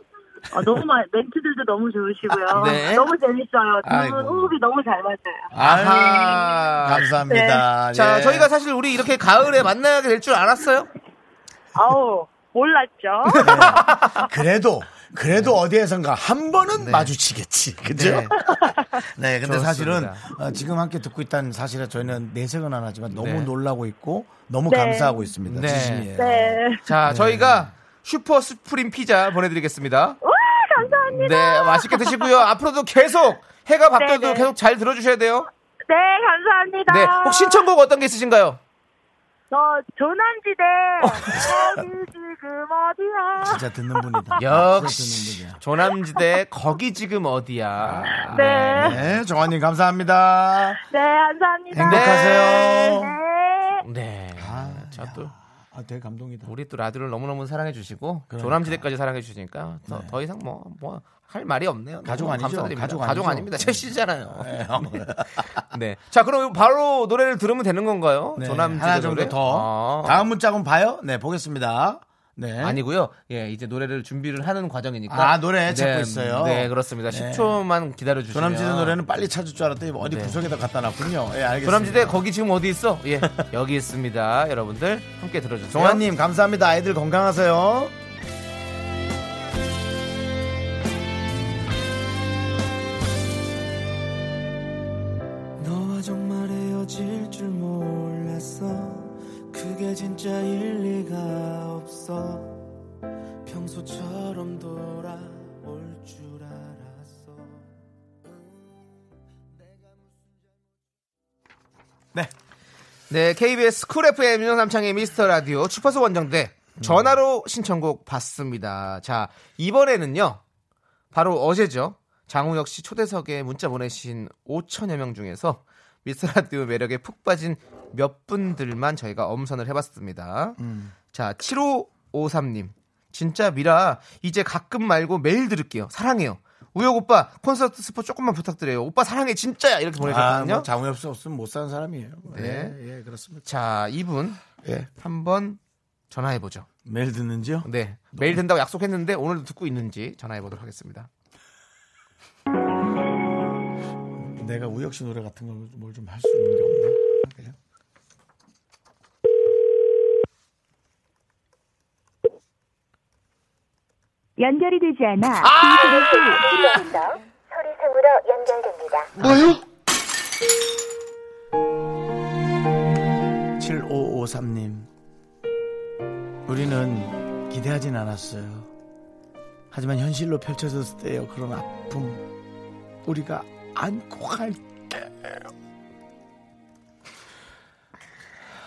[SPEAKER 7] 아, 너무 많이, 멘트들도 너무 좋으시고요.
[SPEAKER 2] 네.
[SPEAKER 7] 너무 재밌어요.
[SPEAKER 1] 아, 아이고.
[SPEAKER 7] 두분 호흡이 너무 잘 맞아요.
[SPEAKER 2] 아하 네.
[SPEAKER 1] 감사합니다.
[SPEAKER 2] 자
[SPEAKER 1] 예.
[SPEAKER 2] 저희가 사실 우리 이렇게 가을에 만나게 될 줄 알았어요
[SPEAKER 7] 아우, 몰랐죠?
[SPEAKER 1] 그래도 그래도 어디에선가 한 번은 마주치겠지, 그죠?
[SPEAKER 2] 네.
[SPEAKER 1] 네, 근데
[SPEAKER 2] 좋습니다.
[SPEAKER 1] 사실은 어, 지금 함께 듣고 있다는 사실에 저희는 내색은 안 하지만 너무
[SPEAKER 2] 네.
[SPEAKER 1] 놀라고 있고 너무
[SPEAKER 7] 네.
[SPEAKER 1] 감사하고 있습니다.
[SPEAKER 2] 네.
[SPEAKER 1] 진심이에요.
[SPEAKER 7] 네.
[SPEAKER 2] 자 저희가 슈퍼 스프림 피자 보내드리겠습니다
[SPEAKER 7] 와, 감사합니다.
[SPEAKER 2] 네, 맛있게 드시고요. 앞으로도 계속 해가 바뀌어도
[SPEAKER 7] 네네.
[SPEAKER 2] 계속 잘 들어주셔야 돼요.
[SPEAKER 7] 네, 감사합니다.
[SPEAKER 2] 네, 혹시 신청곡 어떤 게 있으신가요?
[SPEAKER 7] 저 조남지대 거기 지금 어디야?
[SPEAKER 1] 진짜 듣는 분이다. 진짜
[SPEAKER 2] 역시
[SPEAKER 1] 듣는 분이야.
[SPEAKER 2] 조남지대 거기 지금 어디야?
[SPEAKER 7] 네.
[SPEAKER 1] 네, 정환님 감사합니다.
[SPEAKER 7] 네, 감사합니다.
[SPEAKER 1] 행복하세요.
[SPEAKER 7] 네.
[SPEAKER 2] 네.
[SPEAKER 1] 아,
[SPEAKER 2] 자, 또
[SPEAKER 1] 아, 되게 감동이다.
[SPEAKER 2] 우리 또 라디오를 너무너무 사랑해 주시고
[SPEAKER 1] 그러니까. 네.
[SPEAKER 2] 조남지대까지 사랑해 주시니까 더, 더 이상 뭐 뭐 할 말이 없네요.
[SPEAKER 1] 가족
[SPEAKER 2] 너무
[SPEAKER 1] 아니죠?
[SPEAKER 2] 감사드립니다.
[SPEAKER 1] 가족
[SPEAKER 2] 가족,
[SPEAKER 1] 아니죠?
[SPEAKER 2] 아닙니다. 최씨잖아요.
[SPEAKER 1] 네.
[SPEAKER 2] 네. 자, 그럼 바로 노래를 들으면 되는 건가요?
[SPEAKER 1] 네,
[SPEAKER 2] 조남지대
[SPEAKER 1] 하나 정도
[SPEAKER 2] 노래?
[SPEAKER 1] 더.
[SPEAKER 2] 아.
[SPEAKER 1] 다음 문자금 봐요. 네, 보겠습니다. 네.
[SPEAKER 2] 아니고요. 예, 이제 노래를 준비를 하는 과정이니까.
[SPEAKER 1] 아, 노래 찾고 있어요.
[SPEAKER 2] 네, 그렇습니다.
[SPEAKER 1] 네.
[SPEAKER 2] 10초만 기다려 주시면.
[SPEAKER 1] 조남지대 노래는 빨리 찾을 줄 알았더니 어디
[SPEAKER 2] 네.
[SPEAKER 1] 구석에다 갖다 놨군요. 예, 알겠습니다.
[SPEAKER 2] 조남지대 거기 지금 어디 있어? 예. 여기 있습니다. 여러분들 함께 들어 주세요.
[SPEAKER 1] 동환님 감사합니다. 아이들 건강하세요.
[SPEAKER 4] 너와 정말 헤어질 줄 몰랐어 그게 진짜 일리가 없어 평소처럼 돌아올 줄
[SPEAKER 1] 아,
[SPEAKER 4] 알았어
[SPEAKER 2] 네, KBS 쿨 FM 윤정삼창의 미스터 라디오 주파수 원정대 전화로 신청곡 받습니다. 자, 이번에는요. 바로 어제죠. 장우혁 씨 초대석에 문자 보내신 5천여 명 중에서 미스터 라디오 매력에 푹 빠진 몇 분들만 저희가 엄선을 해봤습니다.
[SPEAKER 1] 음.
[SPEAKER 2] 자, 7553님. 진짜 미라, 이제 가끔 말고 매일 들을게요. 사랑해요. 우혁 오빠, 콘서트 스포 조금만 부탁드려요. 오빠 사랑해, 진짜야! 이렇게
[SPEAKER 1] 아,
[SPEAKER 2] 보내셨거든요.
[SPEAKER 1] 뭐 장우엽 씨 없으면 못 사는 사람이에요.
[SPEAKER 2] 네.
[SPEAKER 1] 예, 예, 그렇습니다.
[SPEAKER 2] 자, 이분
[SPEAKER 1] 예.
[SPEAKER 2] 한번 전화해 보죠.
[SPEAKER 1] 매일 듣는지요?
[SPEAKER 2] 네. 매일 된다고 약속했는데 오늘도 듣고 있는지 전화해 보도록 하겠습니다.
[SPEAKER 1] 내가 우혁 씨 노래 같은 걸 뭘 좀 할 수 있는 게 없나? 그래요?
[SPEAKER 5] 연결이 되지 않아. 아! 연결됩니다.
[SPEAKER 1] 7553님. 우리는 기대하진 않았어요. 하지만 현실로 펼쳐졌을 때요. 그런 아픔. 우리가 안고 갈 때.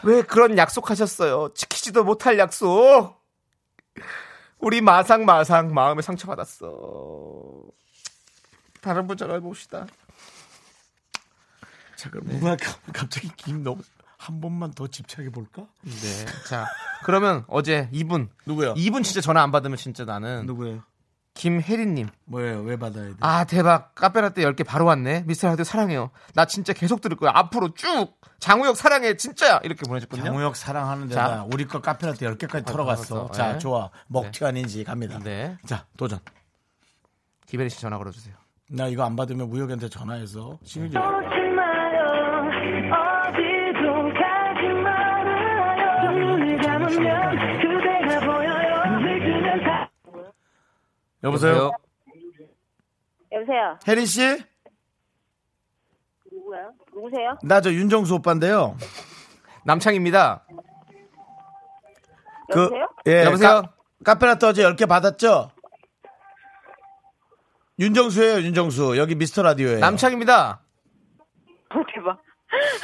[SPEAKER 2] 왜 그런 약속하셨어요? 지키지도 못할 약속. 우리 마상 마상 마음에 상처 받았어. 다른 분 전화 봅시다.
[SPEAKER 1] 잠깐,
[SPEAKER 2] 네.
[SPEAKER 1] 누가 갑자기 김 너무. 한 번만 더 집착해 볼까?
[SPEAKER 2] 네. 자, 그러면 어제 이분
[SPEAKER 1] 누구요?
[SPEAKER 2] 이분 진짜 전화 안 받으면 진짜 나는
[SPEAKER 1] 누구예요?
[SPEAKER 2] 김혜린님.
[SPEAKER 1] 뭐예요? 왜 받아야 돼?
[SPEAKER 2] 아 대박 카페라떼 10개 바로 왔네 미스터라디오 사랑해요 나 진짜 계속 들을 거야 앞으로 쭉 장우혁 사랑해 진짜야 이렇게 보내줬거든요
[SPEAKER 1] 장우혁 사랑하는
[SPEAKER 2] 자.
[SPEAKER 1] 데다 우리 거 카페라떼 10개까지 아, 털어갔어.
[SPEAKER 2] 털어갔어.
[SPEAKER 1] 자,
[SPEAKER 2] 예.
[SPEAKER 1] 좋아. 먹튀 아닌지 갑니다.
[SPEAKER 2] 네
[SPEAKER 1] 자, 도전.
[SPEAKER 2] 김혜린 씨 전화 걸어주세요
[SPEAKER 1] 나 이거 안 받으면 우혁이한테 전화해서 신유진 여보세요?
[SPEAKER 7] 여보세요.
[SPEAKER 1] 혜린 씨?
[SPEAKER 7] 누구야? 누구세요?
[SPEAKER 1] 나 저 윤정수 오빠인데요.
[SPEAKER 2] 남창입니다
[SPEAKER 1] 그
[SPEAKER 7] 여보세요?
[SPEAKER 1] 예,
[SPEAKER 2] 여보세요?
[SPEAKER 1] 카, 페라떼 어제 10개 받았죠? 윤정수예요, 윤정수. 여기 미스터 라디오예요.
[SPEAKER 2] 남창입니다
[SPEAKER 7] 대박.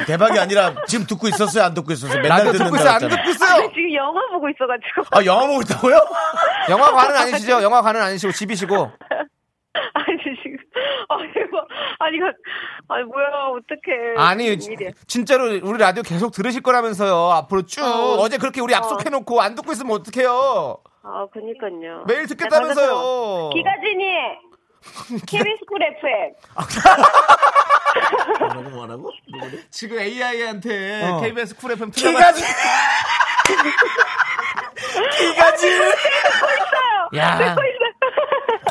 [SPEAKER 1] 대박이 아니라 지금 듣고 있었어요, 안 듣고 있었어요. 맨날
[SPEAKER 2] 라디오
[SPEAKER 1] 듣는
[SPEAKER 2] 듣고 있어요 안
[SPEAKER 1] 거였잖아요.
[SPEAKER 2] 듣고 있어요
[SPEAKER 7] 지금 영화 보고 있어가지고.
[SPEAKER 1] 아, 영화 보고 있다고요?
[SPEAKER 7] 아,
[SPEAKER 2] 영화관은 아니시죠 영화관은 아니시고 집이시고
[SPEAKER 7] 아니 지금 아니 뭐 아니 가- 아니 뭐야 어떡해
[SPEAKER 2] 아니
[SPEAKER 7] 무슨 그 일이야.
[SPEAKER 2] 진짜로 우리 라디오 계속 들으실 거라면서요 앞으로 쭉
[SPEAKER 7] 어.
[SPEAKER 2] 어제 그렇게 우리 약속해놓고 안 듣고 있으면 어떡해요
[SPEAKER 7] 아 그니까요
[SPEAKER 2] 매일 듣겠다면서요
[SPEAKER 7] 기가진이 KBS 쿨 FM
[SPEAKER 1] 뭐라고, 뭐라고?
[SPEAKER 2] 지금 AI한테
[SPEAKER 1] 어.
[SPEAKER 2] KBS 쿨 FM 틀어봐
[SPEAKER 1] 기가지! 기가지!
[SPEAKER 2] 야.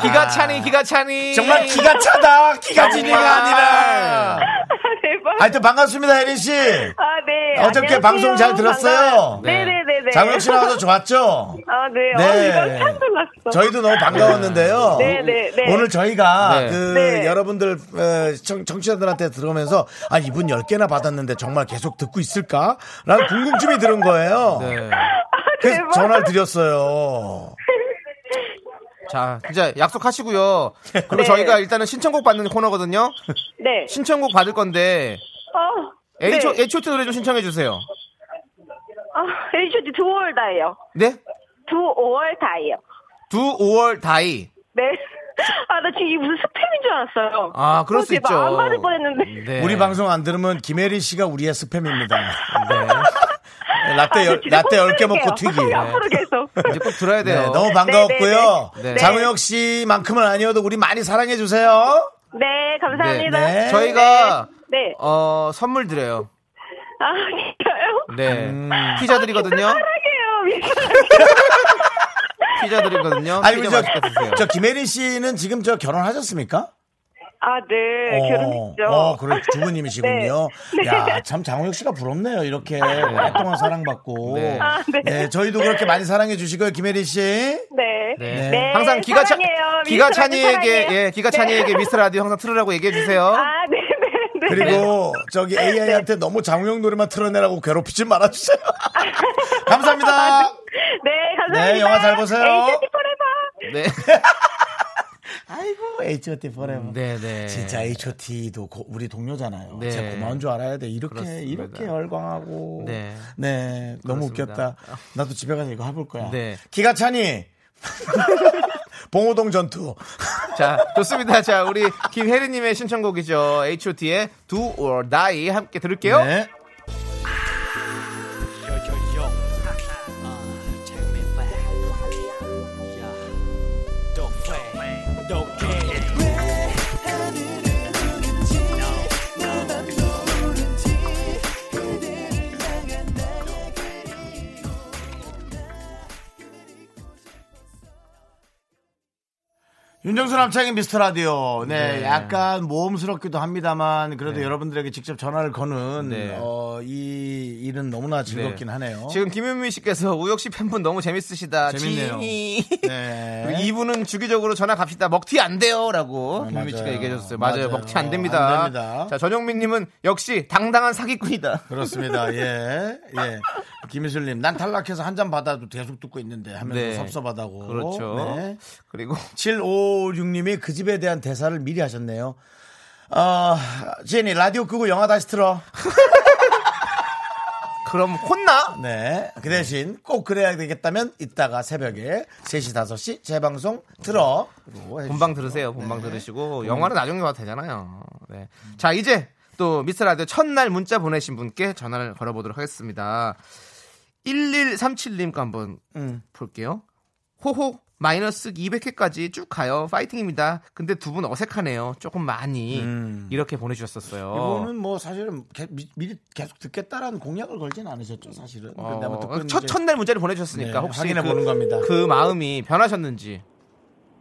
[SPEAKER 2] 기가 차니 기가 차니
[SPEAKER 1] 정말 기가 차다! 기가지니가
[SPEAKER 2] 정말.
[SPEAKER 1] 아니라!
[SPEAKER 7] 대박
[SPEAKER 1] 하여튼 반갑습니다, 혜린 씨.
[SPEAKER 7] 아네
[SPEAKER 1] 어저께 방송 잘 들었어요?
[SPEAKER 2] 네.
[SPEAKER 7] 네네네네
[SPEAKER 1] 장혁 씨 나와서 좋았죠?
[SPEAKER 7] 아네
[SPEAKER 1] 네.
[SPEAKER 7] 네. 어, 이거 참 놀랐어
[SPEAKER 1] 저희도 너무 반가웠는데요.
[SPEAKER 7] 네, 네, 네.
[SPEAKER 1] 오늘 저희가
[SPEAKER 2] 네.
[SPEAKER 1] 그
[SPEAKER 7] 네.
[SPEAKER 1] 여러분들 에, 청, 청취자들한테 들으면서 아 이분 10개나 받았는데 정말 계속 듣고 있을까? 라는 궁금증이 드는 거예요.
[SPEAKER 2] 네.
[SPEAKER 1] 그래서
[SPEAKER 7] 아, 대박.
[SPEAKER 1] 전화를 드렸어요.
[SPEAKER 2] 자, 진짜 약속하시고요. 그리고
[SPEAKER 7] 네.
[SPEAKER 2] 저희가 일단은 신청곡 받는 코너거든요.
[SPEAKER 7] 네
[SPEAKER 2] 신청곡 받을 건데
[SPEAKER 7] 어, 네.
[SPEAKER 2] H, H.O.T 노래 좀 신청해 주세요.
[SPEAKER 7] 아, H.O.T 두 5월 다예요
[SPEAKER 2] 네?
[SPEAKER 7] 두 5월 다예요 네.
[SPEAKER 2] 두 5월 다이.
[SPEAKER 7] 네아나 지금 이게 무슨 스팸인 줄 알았어요
[SPEAKER 2] 아, 그럴
[SPEAKER 7] 어,
[SPEAKER 2] 수
[SPEAKER 7] 대박.
[SPEAKER 2] 있죠.
[SPEAKER 7] 안 받을
[SPEAKER 1] 음.
[SPEAKER 7] 뻔했는데
[SPEAKER 2] 네.
[SPEAKER 1] 우리 방송 안 들으면 김혜리 씨가 우리의 스팸입니다. 예,
[SPEAKER 2] 네.
[SPEAKER 1] 라떼 열,
[SPEAKER 7] 진짜
[SPEAKER 1] 라떼 10개 먹고
[SPEAKER 7] 꼭
[SPEAKER 1] 튀기.
[SPEAKER 7] 들을게요. 앞으로 계속
[SPEAKER 2] 이제 꼭 들어야
[SPEAKER 1] 네,
[SPEAKER 2] 돼요.
[SPEAKER 1] 너무 반가웠고요.
[SPEAKER 2] 네, 네, 네.
[SPEAKER 1] 장우혁 씨만큼은 아니어도 우리 많이 사랑해 주세요.
[SPEAKER 7] 네, 감사합니다.
[SPEAKER 1] 네, 네.
[SPEAKER 2] 저희가
[SPEAKER 7] 네.
[SPEAKER 2] 어, 선물 드려요.
[SPEAKER 7] 아, 진짜요?
[SPEAKER 2] 네.
[SPEAKER 1] 음.
[SPEAKER 2] 피자 드리거든요.
[SPEAKER 7] 사랑해요, 미안해요.
[SPEAKER 2] 피자 드리거든요.
[SPEAKER 1] 아니, 우리 저,
[SPEAKER 2] 피자 맛있게 드세요.
[SPEAKER 1] 저 김혜리 씨는 지금 저 결혼하셨습니까?
[SPEAKER 7] 아, 네,
[SPEAKER 1] 어,
[SPEAKER 7] 결혼했죠.
[SPEAKER 1] 어, 그래 주부님이시군요.
[SPEAKER 7] 네.
[SPEAKER 1] 야, 참 장우혁 씨가 부럽네요. 이렇게 오랫동안 사랑받고.
[SPEAKER 2] 네.
[SPEAKER 7] 아, 네.
[SPEAKER 1] 네, 저희도 그렇게 많이 사랑해 주시고요, 김혜리 씨.
[SPEAKER 7] 네.
[SPEAKER 2] 네.
[SPEAKER 7] 네,
[SPEAKER 2] 항상 기가 차
[SPEAKER 7] 사랑해요.
[SPEAKER 2] 기가
[SPEAKER 7] 미스터
[SPEAKER 2] 찬이에게
[SPEAKER 7] 라디오
[SPEAKER 2] 예, 기가 찬이에게 미스터 라디오 항상 틀으라고 얘기해 주세요.
[SPEAKER 7] 아, 네, 네, 네.
[SPEAKER 1] 그리고 저기 AI한테 너무 장우혁 노래만 틀어내라고 괴롭히지 말아주세요. 감사합니다.
[SPEAKER 7] 네, 감사합니다.
[SPEAKER 1] 네, 영화 잘 보세요.
[SPEAKER 7] H.O.T. forever.
[SPEAKER 2] 네.
[SPEAKER 1] 아이고 H.O.T. forever.
[SPEAKER 2] 네, 네.
[SPEAKER 1] 진짜 H.O.T.도 고- 우리 동료잖아요.
[SPEAKER 2] 네.
[SPEAKER 1] 제가 고마운 줄 알아야 돼. 이렇게
[SPEAKER 2] 그렇습니다.
[SPEAKER 1] 이렇게 열광하고.
[SPEAKER 2] 네.
[SPEAKER 1] 네, 너무 웃겼다.
[SPEAKER 2] 그렇습니다.
[SPEAKER 1] 나도 집에 가서 이거 해볼 거야.
[SPEAKER 2] 네.
[SPEAKER 1] 기가 차니. 봉호동 전투.
[SPEAKER 2] 자, 좋습니다. 자, 우리 김혜리 님의 신청곡이죠. H.O.T의 Do or Die 함께 들을게요.
[SPEAKER 1] 네. 윤정수 남창의 미스터 라디오. 네, 약간 모험스럽기도 합니다만 그래도 여러분들에게 직접 전화를 거는
[SPEAKER 2] 네.
[SPEAKER 1] 어, 이 일은 너무나 즐겁긴
[SPEAKER 2] 네.
[SPEAKER 1] 하네요.
[SPEAKER 2] 지금 김현민 씨께서 우혁 씨 팬분 너무 재밌으시다.
[SPEAKER 1] 재밌네요.
[SPEAKER 2] 지니.
[SPEAKER 1] 네.
[SPEAKER 2] 그리고 이분은 주기적으로 전화 갑시다. 먹튀 안 돼요라고
[SPEAKER 1] 아,
[SPEAKER 2] 김현민 씨가
[SPEAKER 1] 맞아요.
[SPEAKER 2] 얘기해 줬어요. 맞아요.
[SPEAKER 1] 맞아요.
[SPEAKER 2] 먹튀 안
[SPEAKER 1] 안
[SPEAKER 2] 됩니다.
[SPEAKER 1] 됩니다.
[SPEAKER 2] 자, 전영민 님은 역시 당당한 사기꾼이다.
[SPEAKER 1] 그렇습니다. 예. 예. 김희슬님, 난 탈락해서 한 잔 받아도 계속 듣고 있는데 하면서
[SPEAKER 2] 네.
[SPEAKER 1] 섭섭하다고.
[SPEAKER 2] 그렇죠.
[SPEAKER 1] 네.
[SPEAKER 2] 그리고
[SPEAKER 1] 7556님이 그 집에 대한 대사를 미리 하셨네요. 아, 지니, 라디오 끄고 영화 다시 틀어.
[SPEAKER 2] 그럼 혼나?
[SPEAKER 1] 네. 그 대신 꼭 그래야 되겠다면 이따가 새벽에 3시, 5시 재방송 틀어. 라고 해주시고요.
[SPEAKER 2] 본방 들으세요.
[SPEAKER 1] 네.
[SPEAKER 2] 본방
[SPEAKER 1] 음.
[SPEAKER 2] 들으시고 영화는 나중에 봐도 되잖아요. 네. 자, 이제 또 미스터 라디오 첫날 문자 보내신 분께 전화를 걸어 보도록 하겠습니다. 1137님 거 한번
[SPEAKER 1] 음.
[SPEAKER 2] 볼게요. 호호 마이너스 200회까지 쭉 가요. 파이팅입니다. 근데 두 분 어색하네요. 조금 많이
[SPEAKER 1] 음.
[SPEAKER 2] 이렇게 보내주셨었어요.
[SPEAKER 1] 이거는 뭐 사실은 개- 미, 리 계속 듣겠다라는 공약을 걸진 않으셨죠, 사실은. 근데 아마 듣고
[SPEAKER 2] 어,
[SPEAKER 1] 있는
[SPEAKER 2] 첫
[SPEAKER 1] 게-
[SPEAKER 2] 첫날 문자를 보내주셨으니까
[SPEAKER 1] 네,
[SPEAKER 2] 혹시
[SPEAKER 1] 확인해
[SPEAKER 2] 그,
[SPEAKER 1] 보는 겁니다.
[SPEAKER 2] 그 마음이 변하셨는지.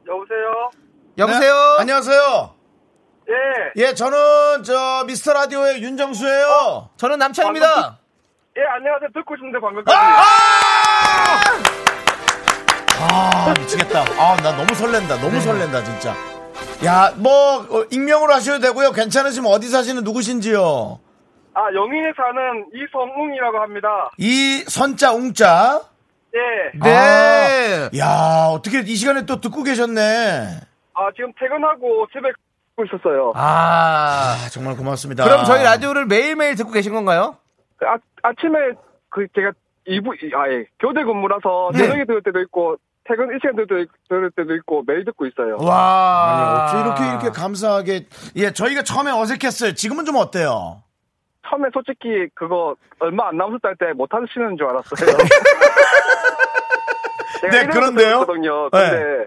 [SPEAKER 8] 여보세요?
[SPEAKER 2] 여보세요.
[SPEAKER 1] 네, 안녕하세요.
[SPEAKER 8] 예,
[SPEAKER 1] 예, 저는 저 미스터 라디오의 윤정수예요.
[SPEAKER 2] 어, 저는 남창입니다. 아!
[SPEAKER 8] 예, 안녕하세요. 듣고 싶은데 방금까지.
[SPEAKER 1] 아, 미치겠다. 아, 나 너무 설렌다.
[SPEAKER 2] 네.
[SPEAKER 1] 너무 설렌다, 진짜. 야, 뭐 어, 익명으로 하셔도 되고요. 괜찮으시면 어디 사시는 누구신지요?
[SPEAKER 8] 아, 영인에 사는 이성웅이라고 합니다.
[SPEAKER 1] 이 선자 웅자.
[SPEAKER 8] 예,
[SPEAKER 1] 아,
[SPEAKER 2] 네.
[SPEAKER 1] 야, 어떻게 이 시간에 또 듣고 계셨네.
[SPEAKER 8] 아, 지금 퇴근하고 집에 가고 있었어요.
[SPEAKER 2] 아.
[SPEAKER 1] 아, 정말 고맙습니다.
[SPEAKER 2] 그럼 저희 라디오를 매일매일 듣고 계신 건가요?
[SPEAKER 8] 아, 아침에 그 제가 이부, 이- 아, 예, 교대 근무라서
[SPEAKER 2] 네.
[SPEAKER 8] 저녁에 들을 때도 있고, 퇴근 이 시간 들을 때도, 있- 들을 때도 있고, 매일 듣고 있어요.
[SPEAKER 2] 와.
[SPEAKER 1] 아니, 어째 이렇게 이렇게 감사하게 예, 저희가 처음에 어색했어요. 지금은 좀 어때요?
[SPEAKER 8] 처음에 솔직히 그거 얼마 안 남았을 때 못하시는 줄 알았어요. 제가
[SPEAKER 1] 네,
[SPEAKER 8] 이래서
[SPEAKER 1] 그런데요?
[SPEAKER 8] 들었거든요. 근데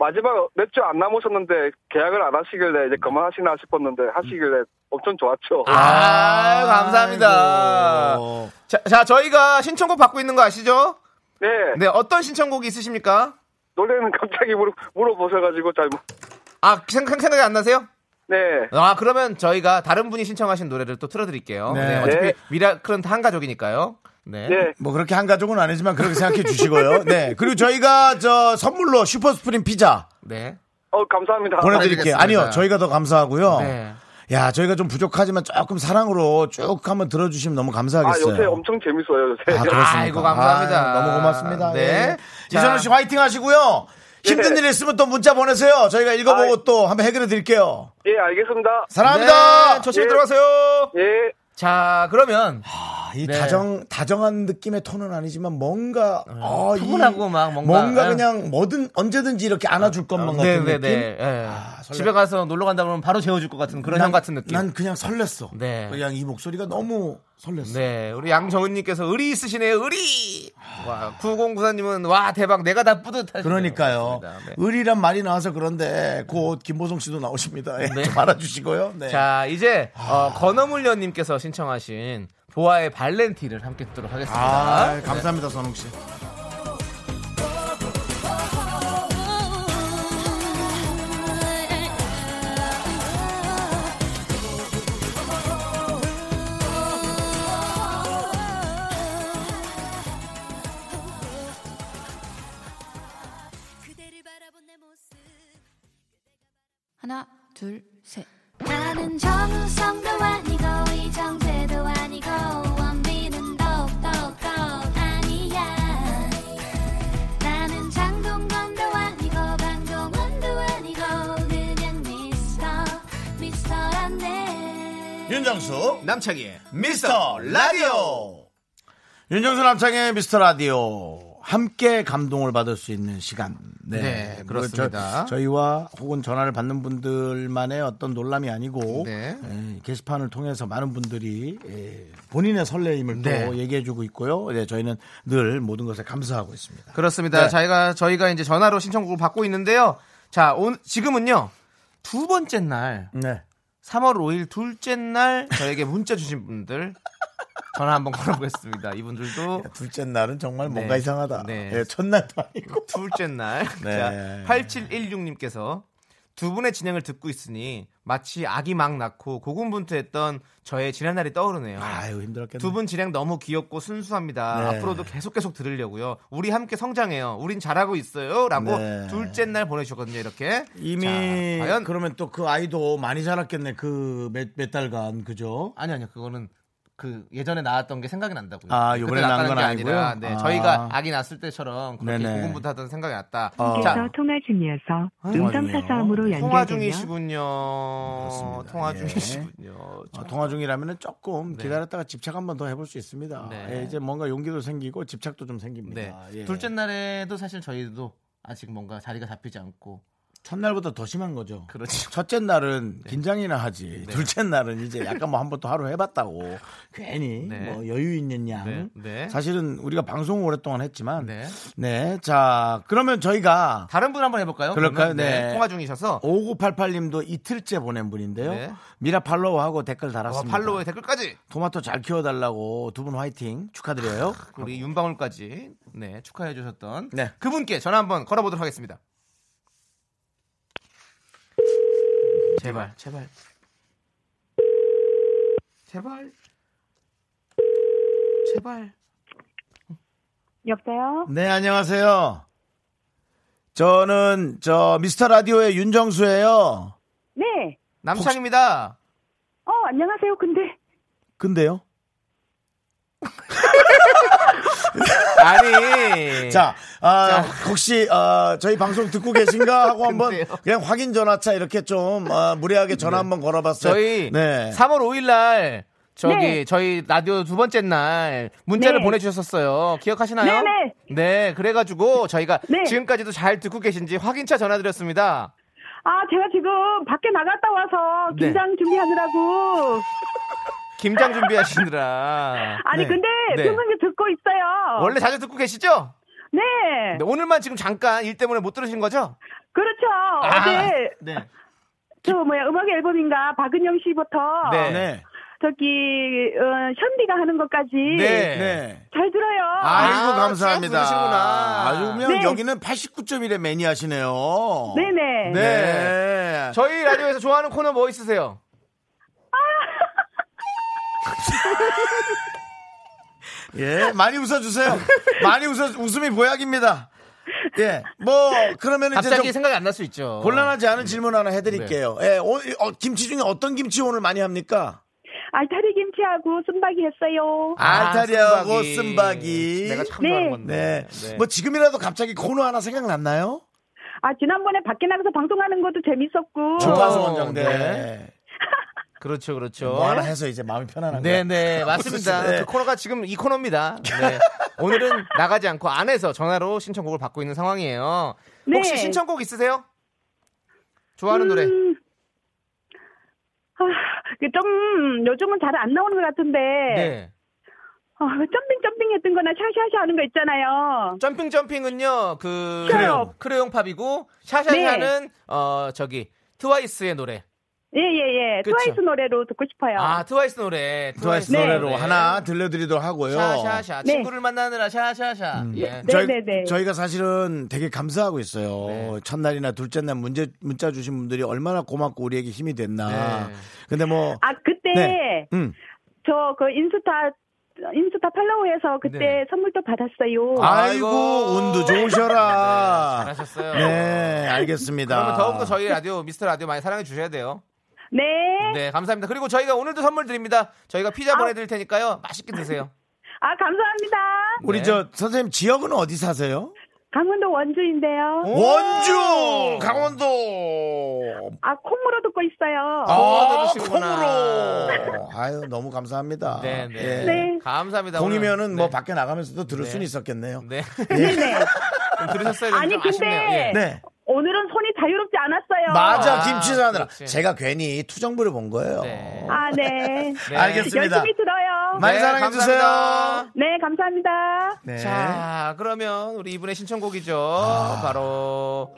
[SPEAKER 8] 마지막 몇 주 안 남으셨는데 계약을 안 하시길래 이제 그만하시나 싶었는데 하시길래 엄청 좋았죠.
[SPEAKER 2] 아, 감사합니다.
[SPEAKER 1] 아이고.
[SPEAKER 2] 자, 자, 저희가 신청곡 받고 있는 거 아시죠?
[SPEAKER 8] 네,
[SPEAKER 2] 네, 어떤 신청곡이 있으십니까?
[SPEAKER 8] 노래는 갑자기 물어, 물어보셔가지고 잘, 모-
[SPEAKER 2] 아, 생각, 생각이 안 나세요?
[SPEAKER 8] 네.
[SPEAKER 2] 아, 그러면 저희가 다른 분이 신청하신 노래를 또 틀어드릴게요.
[SPEAKER 1] 네.
[SPEAKER 2] 네, 어차피
[SPEAKER 8] 네.
[SPEAKER 2] 미라클은 한 가족이니까요. 네.
[SPEAKER 8] 네,
[SPEAKER 1] 뭐 그렇게 한 가족은 아니지만 그렇게 생각해 주시고요. 네. 그리고 저희가 저 선물로 슈퍼스프림 피자
[SPEAKER 2] 네.
[SPEAKER 8] 어, 감사합니다.
[SPEAKER 1] 보내드릴게요.
[SPEAKER 2] 알겠습니다.
[SPEAKER 1] 아니요, 저희가 더 감사하고요.
[SPEAKER 2] 네.
[SPEAKER 1] 야, 저희가 좀 부족하지만 조금 사랑으로 쭉 한번 들어주시면 너무
[SPEAKER 8] 아,
[SPEAKER 1] 감사하겠어요.
[SPEAKER 8] 요새 엄청 재밌어요, 요새.
[SPEAKER 1] 아, 그렇습니까?
[SPEAKER 2] 아이고, 감사합니다.
[SPEAKER 1] 아유, 너무 고맙습니다.
[SPEAKER 2] 네.
[SPEAKER 1] 네.
[SPEAKER 2] 자. 예.
[SPEAKER 1] 이선우 씨 화이팅 하시고요. 힘든
[SPEAKER 8] 네.
[SPEAKER 1] 일 있으면 또 문자 보내세요. 저희가 읽어보고 또 한번 해결해 드릴게요.
[SPEAKER 8] 예, 알겠습니다.
[SPEAKER 1] 사랑합니다.
[SPEAKER 2] 네, 조심히
[SPEAKER 8] 예.
[SPEAKER 2] 들어가세요.
[SPEAKER 8] 예.
[SPEAKER 2] 자, 그러면
[SPEAKER 1] 아, 이
[SPEAKER 2] 네.
[SPEAKER 1] 다정 다정한 느낌의 톤은 아니지만 뭔가 아, 이-
[SPEAKER 2] 푸근하고 네. 막 뭔가- 아.
[SPEAKER 1] 그냥 뭐든 언제든지 이렇게 안아줄 것만
[SPEAKER 2] 네,
[SPEAKER 1] 같은
[SPEAKER 2] 네,
[SPEAKER 1] 느낌.
[SPEAKER 2] 네. 예.
[SPEAKER 1] 아, 설레-
[SPEAKER 2] 집에 가서 놀러 간다 그러면 바로 재워줄 것 같은 그런
[SPEAKER 1] 난-
[SPEAKER 2] 형 같은 느낌.
[SPEAKER 1] 난 그냥 설렜어.
[SPEAKER 2] 네.
[SPEAKER 1] 그냥 이 목소리가 너무 설렜어.
[SPEAKER 2] 네, 우리 양정은님께서 의리 있으시네요, 의리! 와, 9094님은 와, 대박, 내가 다 뿌듯하시네요.
[SPEAKER 1] 그러니까요.
[SPEAKER 2] 그렇습니다. 네.
[SPEAKER 1] 의리란 말이 나와서 그런데 곧 김보성 씨도 나오십니다. 예,
[SPEAKER 2] 네.
[SPEAKER 1] 좀 알아주시고요. 네.
[SPEAKER 2] 자, 이제, 어, 건어물려님께서 신청하신 보아의 발렌티를 함께 듣도록 하겠습니다. 네.
[SPEAKER 1] 아, 감사합니다, 선웅 씨.
[SPEAKER 3] 하나, 둘, 셋.
[SPEAKER 6] 나는 정우성도 아니고 이정재도 아니고 원빈은 더욱더 아니야 나는 장동건도 아니고 방종원도 아니고 그냥 미스터 미스터란데
[SPEAKER 1] 윤정수,
[SPEAKER 2] 남창희의
[SPEAKER 1] 미스터 라디오. 윤정수 남창의 미스터 라디오. 함께 감동을 받을 수 있는 시간.
[SPEAKER 2] 네,
[SPEAKER 1] 뭐
[SPEAKER 2] 그렇습니다.
[SPEAKER 1] 저, 희와 혹은 전화를 받는 분들만의 어떤 놀람이 아니고
[SPEAKER 2] 네.
[SPEAKER 1] 예, 게시판을 통해서 많은 분들이 예, 본인의 설레임을 또
[SPEAKER 2] 네.
[SPEAKER 1] 얘기해주고 있고요. 예, 저희는 늘 모든 것에 감사하고 있습니다.
[SPEAKER 2] 그렇습니다.
[SPEAKER 1] 네.
[SPEAKER 2] 저희가 저희가 이제 전화로 신청곡을 받고 있는데요. 자, 온, 지금은요. 두 번째 날,
[SPEAKER 1] 네.
[SPEAKER 2] 3월 5일 둘째 날 저에게 문자 주신 분들 전화 한번 걸어보겠습니다. 이분들도
[SPEAKER 1] 둘째 날은 정말
[SPEAKER 2] 네.
[SPEAKER 1] 뭔가 이상하다.
[SPEAKER 2] 네.
[SPEAKER 1] 예, 첫날도 아니고.
[SPEAKER 2] 둘째 날.
[SPEAKER 1] 네.
[SPEAKER 2] 자, 8716님께서 두 분의 진행을 듣고 있으니 마치 아기 막 낳고 고군분투했던 저의 지난날이 떠오르네요.
[SPEAKER 1] 아유 힘들었겠네.
[SPEAKER 2] 두 분 진행 너무 귀엽고 순수합니다.
[SPEAKER 1] 네.
[SPEAKER 2] 앞으로도 계속 계속 들으려고요. 우리 함께 성장해요. 우린 잘하고 있어요.라고
[SPEAKER 1] 네.
[SPEAKER 2] 둘째 날 보내주셨거든요. 이렇게
[SPEAKER 1] 이미
[SPEAKER 2] 자, 과연
[SPEAKER 1] 그러면 또 그 아이도 많이 자랐겠네. 그 몇 몇 달간 그죠?
[SPEAKER 2] 아니 아니요 그거는 그 예전에 나왔던 게 생각이 난다고요.
[SPEAKER 1] 아, 요번에
[SPEAKER 2] 네. 그때
[SPEAKER 1] 낳은
[SPEAKER 2] 나가는
[SPEAKER 1] 건
[SPEAKER 2] 게
[SPEAKER 1] 아니고요?
[SPEAKER 2] 아니라, 네,
[SPEAKER 1] 아.
[SPEAKER 2] 저희가 아기 낳았을 때처럼 그렇게
[SPEAKER 1] 네네.
[SPEAKER 2] 고군분투하던 생각이 났다.
[SPEAKER 1] 어.
[SPEAKER 2] 자
[SPEAKER 7] 통화 중이어서
[SPEAKER 1] 아, 음성사서함으로
[SPEAKER 2] 통화 중이시군요.
[SPEAKER 1] 그렇습니다.
[SPEAKER 2] 통화
[SPEAKER 1] 예.
[SPEAKER 2] 중이시군요.
[SPEAKER 1] 어, 통화 중이라면 조금
[SPEAKER 2] 네.
[SPEAKER 1] 기다렸다가 집착 한번 더 해볼 수 있습니다.
[SPEAKER 2] 네.
[SPEAKER 1] 예, 이제 뭔가 용기도 생기고 집착도 좀
[SPEAKER 2] 네.
[SPEAKER 1] 생깁니다. 예.
[SPEAKER 2] 둘째 날에도 사실 저희도 아직 뭔가 자리가 잡히지 않고
[SPEAKER 1] 첫날보다 더 심한 거죠.
[SPEAKER 2] 그렇죠. 네.
[SPEAKER 1] 첫째 날은 긴장이나 하지. 둘째 날은 이제 약간 뭐 한 번 또 하루 해봤다고 괜히
[SPEAKER 2] 네.
[SPEAKER 1] 뭐 여유 있는 양.
[SPEAKER 2] 네, 네.
[SPEAKER 1] 사실은 우리가 방송을 오랫동안 했지만
[SPEAKER 2] 네.
[SPEAKER 1] 네. 자 그러면 저희가
[SPEAKER 2] 다른 분 한번 해볼까요?
[SPEAKER 1] 그럴까요?
[SPEAKER 2] 그러면?
[SPEAKER 1] 네.
[SPEAKER 2] 통화 중이셔서
[SPEAKER 1] 5988님도 이틀째 보낸 분인데요.
[SPEAKER 2] 네.
[SPEAKER 1] 미라 팔로우하고 댓글
[SPEAKER 2] 어,
[SPEAKER 1] 달았습니다.
[SPEAKER 2] 팔로우에 댓글까지
[SPEAKER 1] 토마토 잘 키워달라고 두 분 화이팅 축하드려요.
[SPEAKER 2] 우리 윤방울까지 네 축하해 주셨던
[SPEAKER 1] 네.
[SPEAKER 2] 그분께 전화 한번 걸어보도록 하겠습니다. 제발 제발 제발 제발
[SPEAKER 7] 여보세요?
[SPEAKER 1] 네 안녕하세요. 저는 저 미스터 라디오의 윤정수예요.
[SPEAKER 7] 네.
[SPEAKER 2] 남창입니다.
[SPEAKER 7] 어, 안녕하세요. 근데
[SPEAKER 1] 근데요?
[SPEAKER 2] 아니
[SPEAKER 1] 자, 아, 혹시 아, 저희 방송 듣고 계신가 하고 한번
[SPEAKER 2] 근데요? 네.
[SPEAKER 1] 그냥 확인 전화차 이렇게 좀 아, 무리하게 전화 한번 걸어봤어요.
[SPEAKER 2] 저희
[SPEAKER 1] 네.
[SPEAKER 2] 3월 5일 날 저기
[SPEAKER 7] 네.
[SPEAKER 2] 저희 라디오 두 번째 날 문자를
[SPEAKER 7] 네.
[SPEAKER 2] 보내주셨었어요. 기억하시나요?
[SPEAKER 7] 네,
[SPEAKER 2] 네, 그래가지고 저희가
[SPEAKER 7] 네.
[SPEAKER 2] 지금까지도 잘 듣고 계신지 확인차 전화드렸습니다.
[SPEAKER 7] 아, 제가 지금 밖에 나갔다 와서
[SPEAKER 2] 네.
[SPEAKER 7] 김장 준비하느라고.
[SPEAKER 2] 김장 준비하시느라.
[SPEAKER 7] 아니,
[SPEAKER 1] 네.
[SPEAKER 7] 근데
[SPEAKER 2] 네.
[SPEAKER 7] 평소에 듣고 있어요.
[SPEAKER 2] 원래 자주 듣고 계시죠?
[SPEAKER 7] 네.
[SPEAKER 2] 근데 오늘만 지금 잠깐 일 때문에 못 들으신 거죠?
[SPEAKER 7] 그렇죠. 어제
[SPEAKER 2] 네.
[SPEAKER 7] 저 뭐야 음악 앨범인가 박은영 씨부터
[SPEAKER 2] 네.
[SPEAKER 1] 네.
[SPEAKER 7] 저기 어, 현디가 하는 것까지
[SPEAKER 2] 네.
[SPEAKER 1] 네.
[SPEAKER 7] 잘 들어요.
[SPEAKER 1] 아이고
[SPEAKER 2] 아,
[SPEAKER 1] 감사합니다.
[SPEAKER 2] 쭉 부르시구나.
[SPEAKER 1] 아주 그냥
[SPEAKER 7] 네.
[SPEAKER 1] 여기는 89.1의 매니아시네요.
[SPEAKER 7] 네네.
[SPEAKER 1] 네. 네.
[SPEAKER 2] 저희 라디오에서 좋아하는 코너 뭐 있으세요?
[SPEAKER 1] 예, 많이 웃어주세요. 많이 웃어 웃음이 보약입니다. 예, 뭐 그러면 이제
[SPEAKER 2] 갑자기
[SPEAKER 1] 좀
[SPEAKER 2] 생각이 안 날 수 있죠.
[SPEAKER 1] 곤란하지 않은 질문 하나 해드릴게요. 예, 오- 어, 김치 중에 어떤 김치 오늘 많이 합니까?
[SPEAKER 7] 알타리 김치하고 순박이 했어요.
[SPEAKER 2] 아,
[SPEAKER 1] 알타리하고
[SPEAKER 2] 쓴박이.
[SPEAKER 1] 쓴박이.
[SPEAKER 2] 내가 참
[SPEAKER 7] 네.
[SPEAKER 2] 좋아하는 건데.
[SPEAKER 1] 네. 뭐 지금이라도 갑자기 코너 하나 생각났나요?
[SPEAKER 7] 아 지난번에 밖에 나가서 방송하는 것도 재밌었고.
[SPEAKER 1] 주파수
[SPEAKER 2] 어,
[SPEAKER 1] 원정대.
[SPEAKER 2] 네. 그렇죠, 그렇죠.
[SPEAKER 1] 뭐 하나 해서 이제 마음이 편안한 거야.
[SPEAKER 2] 네네 맞습니다.
[SPEAKER 1] 네.
[SPEAKER 2] 그 코너가 지금 이 코너입니다. 네. 오늘은 나가지 않고 안에서 전화로 신청곡을 받고 있는 상황이에요.
[SPEAKER 7] 네.
[SPEAKER 2] 혹시 신청곡 있으세요? 좋아하는 노래.
[SPEAKER 7] 음. 아, 그좀 요즘은 잘 안 나오는 것 같은데.
[SPEAKER 2] 네.
[SPEAKER 7] 어, 점핑 점핑 했던 거나 샤샤샤 하는 거 있잖아요.
[SPEAKER 2] 점핑 점핑은요 그
[SPEAKER 7] 크레용.
[SPEAKER 2] 크레용 팝이고
[SPEAKER 7] 네.
[SPEAKER 2] 샤샤샤는 어 저기 트와이스의 노래.
[SPEAKER 7] 예예예.
[SPEAKER 2] 그쵸.
[SPEAKER 7] 트와이스 노래로 듣고 싶어요.
[SPEAKER 2] 아 트와이스 노래.
[SPEAKER 1] 트와이스
[SPEAKER 7] 네.
[SPEAKER 1] 노래로 하나 들려드리도록 하고요. 음.
[SPEAKER 2] 샤샤샤
[SPEAKER 7] 네.
[SPEAKER 2] 친구를 만나느라 샤샤샤. 예.
[SPEAKER 7] 네,
[SPEAKER 1] 저희,
[SPEAKER 7] 네, 네.
[SPEAKER 1] 저희가 사실은 되게 감사하고 있어요.
[SPEAKER 2] 네.
[SPEAKER 1] 첫날이나 둘째 날 문제, 문자 주신 분들이 얼마나 고맙고 우리에게 힘이 됐나.
[SPEAKER 2] 네.
[SPEAKER 1] 근데 뭐,
[SPEAKER 7] 아, 그때
[SPEAKER 1] 네. 음.
[SPEAKER 7] 저 그 인스타 인스타 팔로우해서 그때
[SPEAKER 2] 네.
[SPEAKER 7] 선물도 받았어요.
[SPEAKER 1] 아이고,
[SPEAKER 2] 아이고.
[SPEAKER 1] 운도 좋으셔라.
[SPEAKER 2] 잘하셨어요.
[SPEAKER 1] 아. 네, 아. 알겠습니다.
[SPEAKER 2] 그러면 더욱더 저희 라디오 미스터 라디오 많이 사랑해 주셔야 돼요.
[SPEAKER 7] 네.
[SPEAKER 2] 네, 감사합니다. 그리고 저희가 오늘도 선물 드립니다. 저희가
[SPEAKER 1] 아.
[SPEAKER 2] 피자 보내드릴 테니까요. 맛있게 드세요.
[SPEAKER 7] 아, 감사합니다.
[SPEAKER 1] 우리
[SPEAKER 2] 네.
[SPEAKER 1] 저 선생님 지역은 어디 사세요?
[SPEAKER 7] 강원도 원주인데요.
[SPEAKER 1] 어? 원주 강원도
[SPEAKER 7] 아, 콩으로 듣고 있어요.
[SPEAKER 2] 콩으로
[SPEAKER 1] 아,
[SPEAKER 2] 드시구나.
[SPEAKER 1] 콩으로 아유 너무 감사합니다.
[SPEAKER 2] 네, 네.
[SPEAKER 1] 예.
[SPEAKER 7] 네.
[SPEAKER 2] 감사합니다.
[SPEAKER 1] 공이면은
[SPEAKER 2] 오늘.
[SPEAKER 1] 뭐
[SPEAKER 2] 네.
[SPEAKER 1] 밖에 나가면서도 들을
[SPEAKER 2] 네.
[SPEAKER 1] 수는 있었겠네요. 예.
[SPEAKER 2] 네.
[SPEAKER 7] 네, 네.
[SPEAKER 2] 좀 들으셨어야 되는데
[SPEAKER 7] 아니,
[SPEAKER 2] 좀
[SPEAKER 7] 근데
[SPEAKER 2] 아쉽네요. 예.
[SPEAKER 1] 네.
[SPEAKER 7] 오늘은 손이 자유롭지 않았어요.
[SPEAKER 1] 맞아
[SPEAKER 2] 아,
[SPEAKER 1] 김치 사느라
[SPEAKER 2] 그렇지.
[SPEAKER 1] 제가 괜히 투정부를 본 거예요.
[SPEAKER 2] 네.
[SPEAKER 7] 아, 네.
[SPEAKER 2] 네.
[SPEAKER 1] 알겠습니다.
[SPEAKER 7] 열심히 들어요.
[SPEAKER 1] 많이
[SPEAKER 2] 네,
[SPEAKER 1] 사랑해 주세요.
[SPEAKER 2] 감사합니다.
[SPEAKER 7] 네, 감사합니다.
[SPEAKER 1] 네. 아.
[SPEAKER 2] 자, 그러면 우리 이분의 신청곡이죠. 바로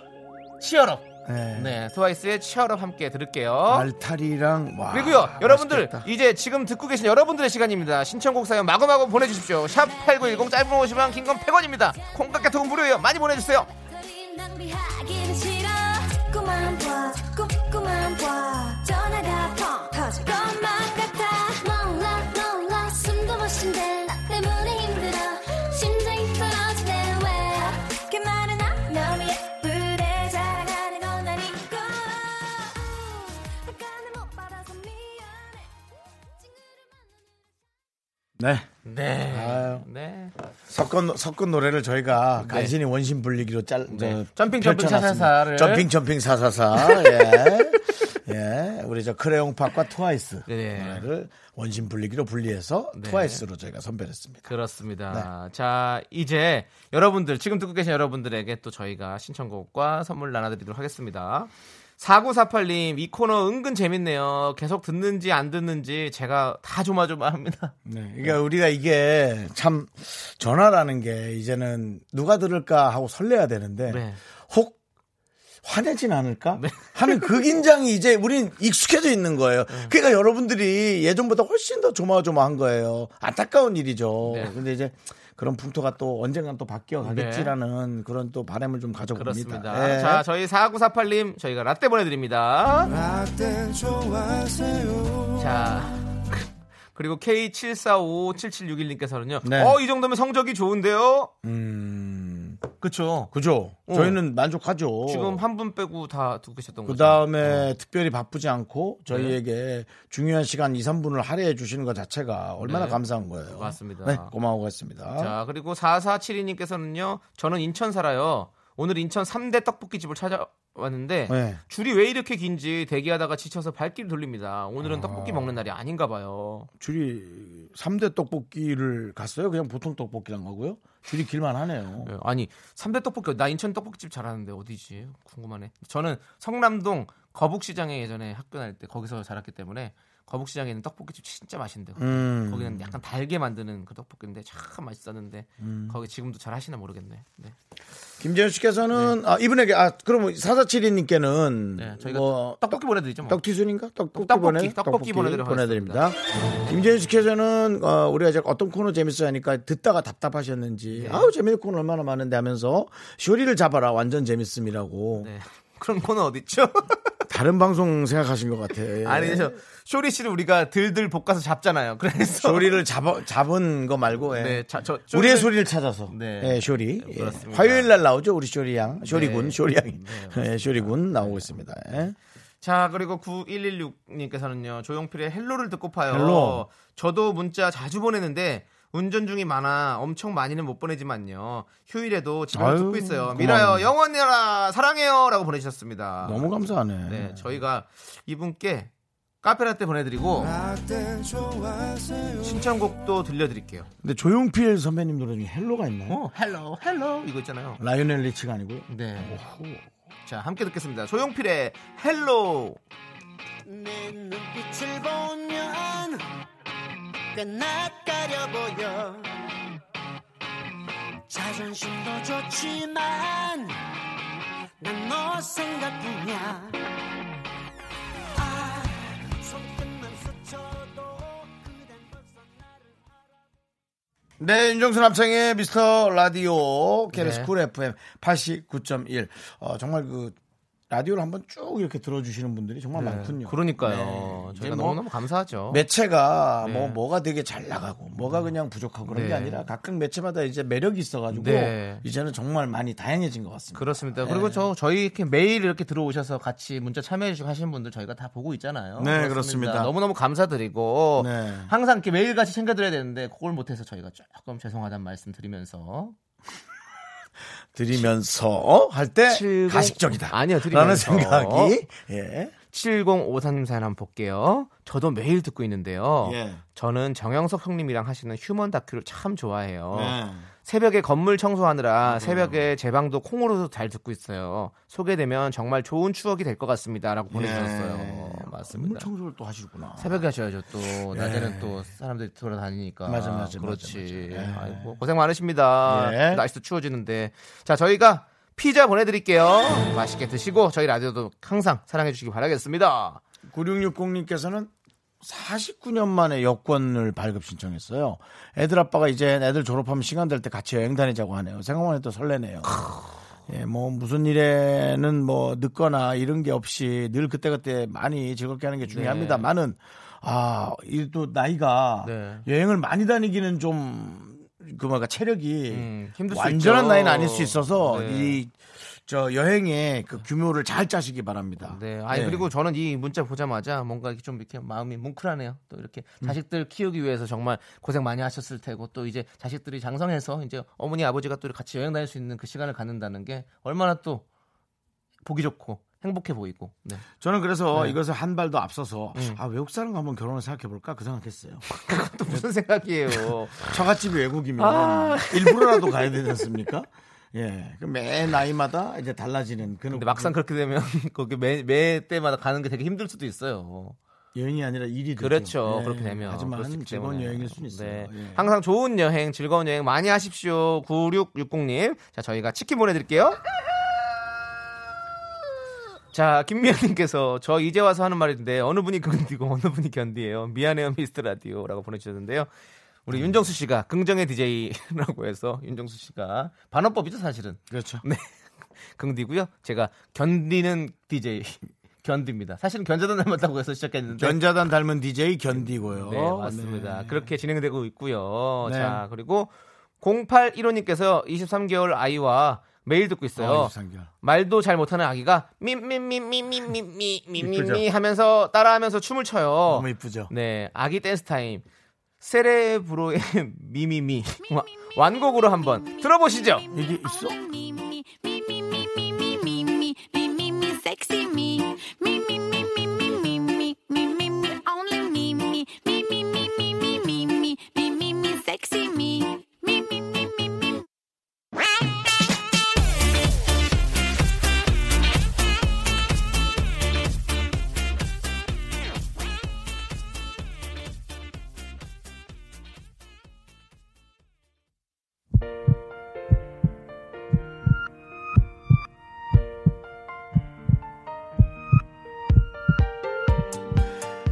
[SPEAKER 2] 치어업
[SPEAKER 1] 네.
[SPEAKER 2] 네, 트와이스의 치어럽 함께 들을게요.
[SPEAKER 1] 알타리랑 와.
[SPEAKER 2] 그리고요, 여러분들 이제 지금 듣고 계신 여러분들의 시간입니다. 신청곡 사연 마구마구 보내주십시오. 샵 #8910 짧은 50원, 긴건 100원입니다. 콩깍 같은 무료예요. 많이 보내주세요.
[SPEAKER 6] 낭비하기는 싫어 꿈만 봐 꿈꾸만 봐 전화가 펑 터질 것만 같아 몰라 몰라 숨도 못 쉰대 나 때문에 힘들어 심장이 떨어지네 왜 그렇게 말은 안 너무 예쁘대 자랑하는 건난 이거 약간은 못 받아서 미안해
[SPEAKER 1] 네.
[SPEAKER 2] 네.
[SPEAKER 1] 아유.
[SPEAKER 2] 네.
[SPEAKER 1] 섞은 섞은 노래를 저희가 간신히 원심 분리기로 짤
[SPEAKER 2] 네.
[SPEAKER 1] 저,
[SPEAKER 2] 점핑, 점핑,
[SPEAKER 1] 펼쳐놨습니다.
[SPEAKER 2] 사사사를.
[SPEAKER 1] 점핑 점핑 사사사 예. 예. 우리 저 크레용팝과 트와이스
[SPEAKER 2] 네.
[SPEAKER 1] 노래를 원심 분리기로 분리해서
[SPEAKER 2] 네.
[SPEAKER 1] 트와이스로 저희가 선별했습니다.
[SPEAKER 2] 그렇습니다. 자, 이제 여러분들, 지금 듣고 계신 여러분들에게 또 저희가 신청곡과 선물 나눠드리도록 하겠습니다. 4948님, 이 코너 은근 재밌네요. 계속 듣는지 안 듣는지 제가 다 조마조마합니다.
[SPEAKER 1] 네. 그러니까 우리가 이게 참 전화라는 게 이제는 누가 들을까 하고 설레야 되는데
[SPEAKER 2] 네.
[SPEAKER 1] 혹 화내진 않을까 하는 그 긴장이 이제 우린 익숙해져 있는 거예요.
[SPEAKER 2] 네.
[SPEAKER 1] 그러니까 여러분들이 예전보다 훨씬 더 조마조마한 거예요. 안타까운 일이죠.
[SPEAKER 2] 네.
[SPEAKER 1] 근데 이제 그런 풍토가 또 언젠간 또 바뀌어 가겠지라는 그런 또 바람을 좀 가져봅니다.
[SPEAKER 2] 네. 그렇습니다. 아,
[SPEAKER 1] 예.
[SPEAKER 2] 자, 저희 4948님, 저희가 라떼 보내드립니다.
[SPEAKER 4] 라떼 좋아하세요
[SPEAKER 2] 자. 그리고 K745776일님께서는요.
[SPEAKER 1] 네.
[SPEAKER 2] 어, 이 정도면 성적이 좋은데요?
[SPEAKER 1] 음,
[SPEAKER 2] 그쵸.
[SPEAKER 1] 그죠.
[SPEAKER 2] 어.
[SPEAKER 1] 저희는 만족하죠.
[SPEAKER 2] 지금 어. 한 분 빼고 다 듣고 계셨던
[SPEAKER 1] 그
[SPEAKER 2] 거죠.
[SPEAKER 1] 다음에 특별히 바쁘지 않고 저희에게 중요한 시간 2, 3분을 할애해 주시는 것 자체가 얼마나
[SPEAKER 2] 네.
[SPEAKER 1] 감사한 거예요.
[SPEAKER 2] 맞습니다.
[SPEAKER 1] 네, 고마워했습니다.
[SPEAKER 2] 자, 그리고 4472님께서는요. 저는 인천 살아요. 오늘 인천 3대 떡볶이 집을 찾아왔는데
[SPEAKER 1] 네.
[SPEAKER 2] 줄이 왜 이렇게 긴지 대기하다가 지쳐서 발길 돌립니다.
[SPEAKER 1] 아.
[SPEAKER 2] 오늘은 떡볶이 먹는 날이 아닌가 봐요.
[SPEAKER 1] 줄이 3대 떡볶이를 갔어요? 그냥 보통 떡볶이랑 가고요? 줄이 길만 하네요.
[SPEAKER 2] 예, 아니, 3대 떡볶이 나 인천 떡볶이집 잘하는데 어디지? 궁금하네. 저는 성남동 거북시장에 예전에 학교 다닐 때 거기서 자랐기 때문에 거북시장에 있는 떡볶이집 진짜 맛있는데
[SPEAKER 1] 음.
[SPEAKER 2] 거기는 약간 달게 만드는 그 떡볶이인데 참 맛있었는데 거기 지금도 잘 하시나 모르겠네. 네.
[SPEAKER 1] 김재현 씨께서는 아, 이분에게 아 그럼 4472님께는
[SPEAKER 2] 네, 저희가
[SPEAKER 1] 뭐
[SPEAKER 2] 떡볶이 보내드리죠. 뭐.
[SPEAKER 1] 떡튀순인가? 떡볶이,
[SPEAKER 2] 떡볶이,
[SPEAKER 1] 보내,
[SPEAKER 2] 떡볶이 보내드리도록
[SPEAKER 1] 보내드립니다. 김재현 씨께서는 어, 우리가 이제 어떤 코너 재밌어 하니까 듣다가 답답하셨는지
[SPEAKER 2] 네.
[SPEAKER 1] 아우 재밌는 코너 얼마나 많은데 하면서 쇼리를 잡아라 완전 재밌음이라고
[SPEAKER 2] 네. 그런 코너 어딨죠?
[SPEAKER 1] 다른 방송 생각하신 것 같아.
[SPEAKER 2] 아니 저 쇼리 씨를 우리가 들들 볶아서 잡잖아요. 그래서
[SPEAKER 1] 쇼리를 잡아, 잡은 거 말고 예.
[SPEAKER 2] 네, 자, 저 쇼리를-
[SPEAKER 1] 우리의 소리를 찾아서
[SPEAKER 2] 네.
[SPEAKER 1] 예, 쇼리 예.
[SPEAKER 2] 그렇습니다.
[SPEAKER 1] 화요일 날 나오죠 우리 쇼리 양 쇼리군
[SPEAKER 2] 네.
[SPEAKER 1] 쇼리 양이 예, 쇼리군 나오고 있습니다 예.
[SPEAKER 2] 자 그리고 9116님께서는요 조용필의 헬로를 듣고 파요.
[SPEAKER 1] 헬로.
[SPEAKER 2] 저도 문자 자주 보내는데 운전 중이 많아 엄청 많이는 못 보내지만요 휴일에도 집에서
[SPEAKER 1] 아유,
[SPEAKER 2] 듣고 있어요.
[SPEAKER 1] 고마워요.
[SPEAKER 2] 미라요 영원해라 사랑해요라고 보내주셨습니다.
[SPEAKER 1] 너무 아, 감사하네
[SPEAKER 2] 네 저희가 이분께 카페라떼 보내드리고
[SPEAKER 4] 라떼 좋아하세요
[SPEAKER 2] 신청곡도 들려드릴게요.
[SPEAKER 1] 근데 조용필 선배님 노래 중에 헬로가 있나요?
[SPEAKER 2] 어 헬로 헬로 이거 있잖아요.
[SPEAKER 1] 라이오넬 리치가 아니고요
[SPEAKER 2] 네. 자, 함께 듣겠습니다. 조용필의 헬로.
[SPEAKER 4] 내 눈빛을 보면 꽤 낯가려 보여 자존심도 좋지만 난 너 생각뿐이야 아 손끝만 스쳐도 그댄 벌써 나를
[SPEAKER 1] 네, 윤정수 남창의 미스터 라디오 KBS
[SPEAKER 2] 네.
[SPEAKER 1] 쿨 FM 89.1. 어, 정말 그 라디오를 한번 쭉 이렇게 들어주시는 분들이 정말 많군요. 네.
[SPEAKER 2] 그러니까요. 저희가
[SPEAKER 1] 이제 뭐
[SPEAKER 2] 너무너무 감사하죠.
[SPEAKER 1] 매체가
[SPEAKER 2] 네.
[SPEAKER 1] 뭐 뭐가 되게 잘 나가고 뭐가 그냥 부족하고 그런
[SPEAKER 2] 네.
[SPEAKER 1] 게 아니라 각각 매체마다 이제 매력이 있어가지고
[SPEAKER 2] 네.
[SPEAKER 1] 이제는 정말 많이 다양해진 것 같습니다.
[SPEAKER 2] 그렇습니다. 그리고 저 저희 이렇게 매일 이렇게 들어오셔서 같이 문자 참여해 주시고 하시는 분들 저희가 다 보고 있잖아요.
[SPEAKER 1] 네, 그렇습니다.
[SPEAKER 2] 너무너무 감사드리고
[SPEAKER 1] 네.
[SPEAKER 2] 항상 이렇게 매일 같이 챙겨 드려야 되는데 그걸 못 해서 저희가 조금 죄송하다는 말씀 드리면서
[SPEAKER 1] 드리면서 할 때
[SPEAKER 2] 칠공-
[SPEAKER 1] 가식적이다.
[SPEAKER 2] 아니요,
[SPEAKER 1] 라는
[SPEAKER 2] 드리면서. 어.
[SPEAKER 1] 생각이 예.
[SPEAKER 2] 7053님 사연 한번 볼게요. 저도 매일 듣고 있는데요.
[SPEAKER 1] 예.
[SPEAKER 2] 저는 정영석 형님이랑 하시는 휴먼 다큐를 참 좋아해요.
[SPEAKER 1] 네.
[SPEAKER 2] 새벽에 건물
[SPEAKER 1] 음.
[SPEAKER 2] 청소하느라 새벽에 제 방도 콩으로도 잘 듣고 있어요. 소개되면 정말 좋은 추억이 될 것 같습니다라고 보내주셨어요.
[SPEAKER 1] 예. 건물
[SPEAKER 2] 맞습니다.
[SPEAKER 1] 청소를 또 하시구나.
[SPEAKER 2] 새벽에 하셔야죠. 또 낮에는 또 사람들이 돌아다니니까.
[SPEAKER 1] 맞아, 맞아, 맞아,
[SPEAKER 2] 그렇지.
[SPEAKER 1] 맞아. 예.
[SPEAKER 2] 아이고 고생 많으십니다.
[SPEAKER 1] 예.
[SPEAKER 2] 날씨도 추워지는데. 자 저희가 피자 보내드릴게요. 맛있게 드시고 저희 라디오도 항상 사랑해주시기 바라겠습니다.
[SPEAKER 1] 9660님께서는 49년 만에 여권을 발급 신청했어요. 애들 아빠가 이제 애들 졸업하면 시간 될 때 같이 여행 다니자고 하네요. 생각만 해도 설레네요. 예, 뭐 무슨 일에는 뭐 늦거나 이런 게 없이 늘 그때그때 많이 즐겁게 하는 게 중요합니다만은 아, 이 또 나이가
[SPEAKER 2] 네.
[SPEAKER 1] 여행을 많이 다니기는 좀그 뭐가 체력이
[SPEAKER 2] 음, 힘들 수
[SPEAKER 1] 완전한
[SPEAKER 2] 있죠.
[SPEAKER 1] 나이는 아닐 수 있어서
[SPEAKER 2] 네.
[SPEAKER 1] 이 저 여행의 그 규모를 잘 짜시기 바랍니다. 예.
[SPEAKER 2] 네. 아니 그리고 저는 이 문자 보자마자 뭔가 이렇게 좀 이렇게 마음이 뭉클하네요. 또 이렇게 자식들 키우기 위해서 정말 고생 많이 하셨을 테고 또 이제 자식들이 장성해서 이제 어머니 아버지가 또 같이 여행 다닐 수 있는 그 시간을 갖는다는 게 얼마나 또 보기 좋고 행복해 보이고. 네.
[SPEAKER 1] 저는 그래서
[SPEAKER 2] 네. 음.
[SPEAKER 1] 이것을 한 발 더 앞서서 아 외국 사람과 한번 결혼을 생각해 볼까 그 생각했어요.
[SPEAKER 2] 또 무슨 생각이에요?
[SPEAKER 1] 처갓집이 외국이면
[SPEAKER 2] 아.
[SPEAKER 1] 일부러라도 가야 되지 않습니까? 예, 그매 나이마다 이제 달라지는 그런
[SPEAKER 2] 근데 막상 그렇게 되면 거기 매, 매 때마다 가는 게 되게 힘들 수도 있어요.
[SPEAKER 1] 그 여행이 아니라 일이 되죠.
[SPEAKER 2] 그렇죠.
[SPEAKER 1] 예,
[SPEAKER 2] 그렇게 되면. 그럴 수
[SPEAKER 1] 하지만
[SPEAKER 2] 있기
[SPEAKER 1] 즐거운
[SPEAKER 2] 때문에.
[SPEAKER 1] 여행일 수는 있어요.
[SPEAKER 2] 네.
[SPEAKER 1] 예.
[SPEAKER 2] 항상 좋은 여행, 즐거운 여행 많이 하십시오. 9660님. 자, 저희가 치킨 보내드릴게요. 자, 김미연님께서 저 이제 와서 하는 말인데 어느 분이 근디고 어느 분이 견디예요. 미안해요, 미스터 라디오라고 보내주셨는데요. 우리
[SPEAKER 1] 네.
[SPEAKER 2] 윤정수 씨가 긍정의 DJ라고 해서 윤정수 씨가 반어법이죠, 사실은.
[SPEAKER 1] 그렇죠.
[SPEAKER 2] 네. 긍디고요. 제가 견디는 DJ 견디입니다. 사실은 견자단 닮았다고 해서 시작했는데
[SPEAKER 1] 견자단 닮은 DJ 견디고요.
[SPEAKER 2] 네, 맞습니다. 그렇게 진행되고 있고요.
[SPEAKER 1] 어, 네.
[SPEAKER 2] 자, 그리고 0815님께서 23개월 아이와 메일 듣고 있어요.
[SPEAKER 1] 어, 23개월.
[SPEAKER 2] 말도 잘 못하는 아기가 미미미미미미미미미
[SPEAKER 1] 이쁘죠?
[SPEAKER 2] 하면서 따라하면서 춤을 춰요.
[SPEAKER 1] 너무 이쁘죠.
[SPEAKER 2] 네, 아기 댄스 타임. 세레브로의 미미미 와- 완곡으로 한번 들어보시죠.
[SPEAKER 1] 이게 있어?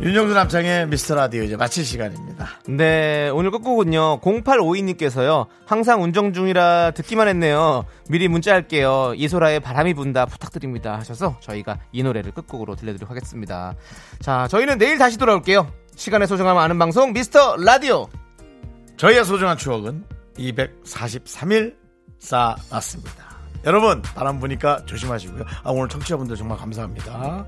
[SPEAKER 1] 윤정수 남창의 미스터 라디오 이제 마칠 시간입니다.
[SPEAKER 2] 네, 오늘 끝곡은요. 0852님께서요. 항상 운전 중이라 듣기만 했네요. 미리 문자할게요. 이소라의 바람이 분다 부탁드립니다. 하셔서 저희가 이 노래를 끝곡으로 들려드리도록 하겠습니다. 자, 저희는 내일 다시 돌아올게요. 시간의 소중함 아는 방송 미스터 라디오.
[SPEAKER 1] 저희의 소중한 추억은 243일 쌓았습니다. 여러분 바람 부니까 조심하시고요. 아, 오늘 청취자분들 정말 감사합니다.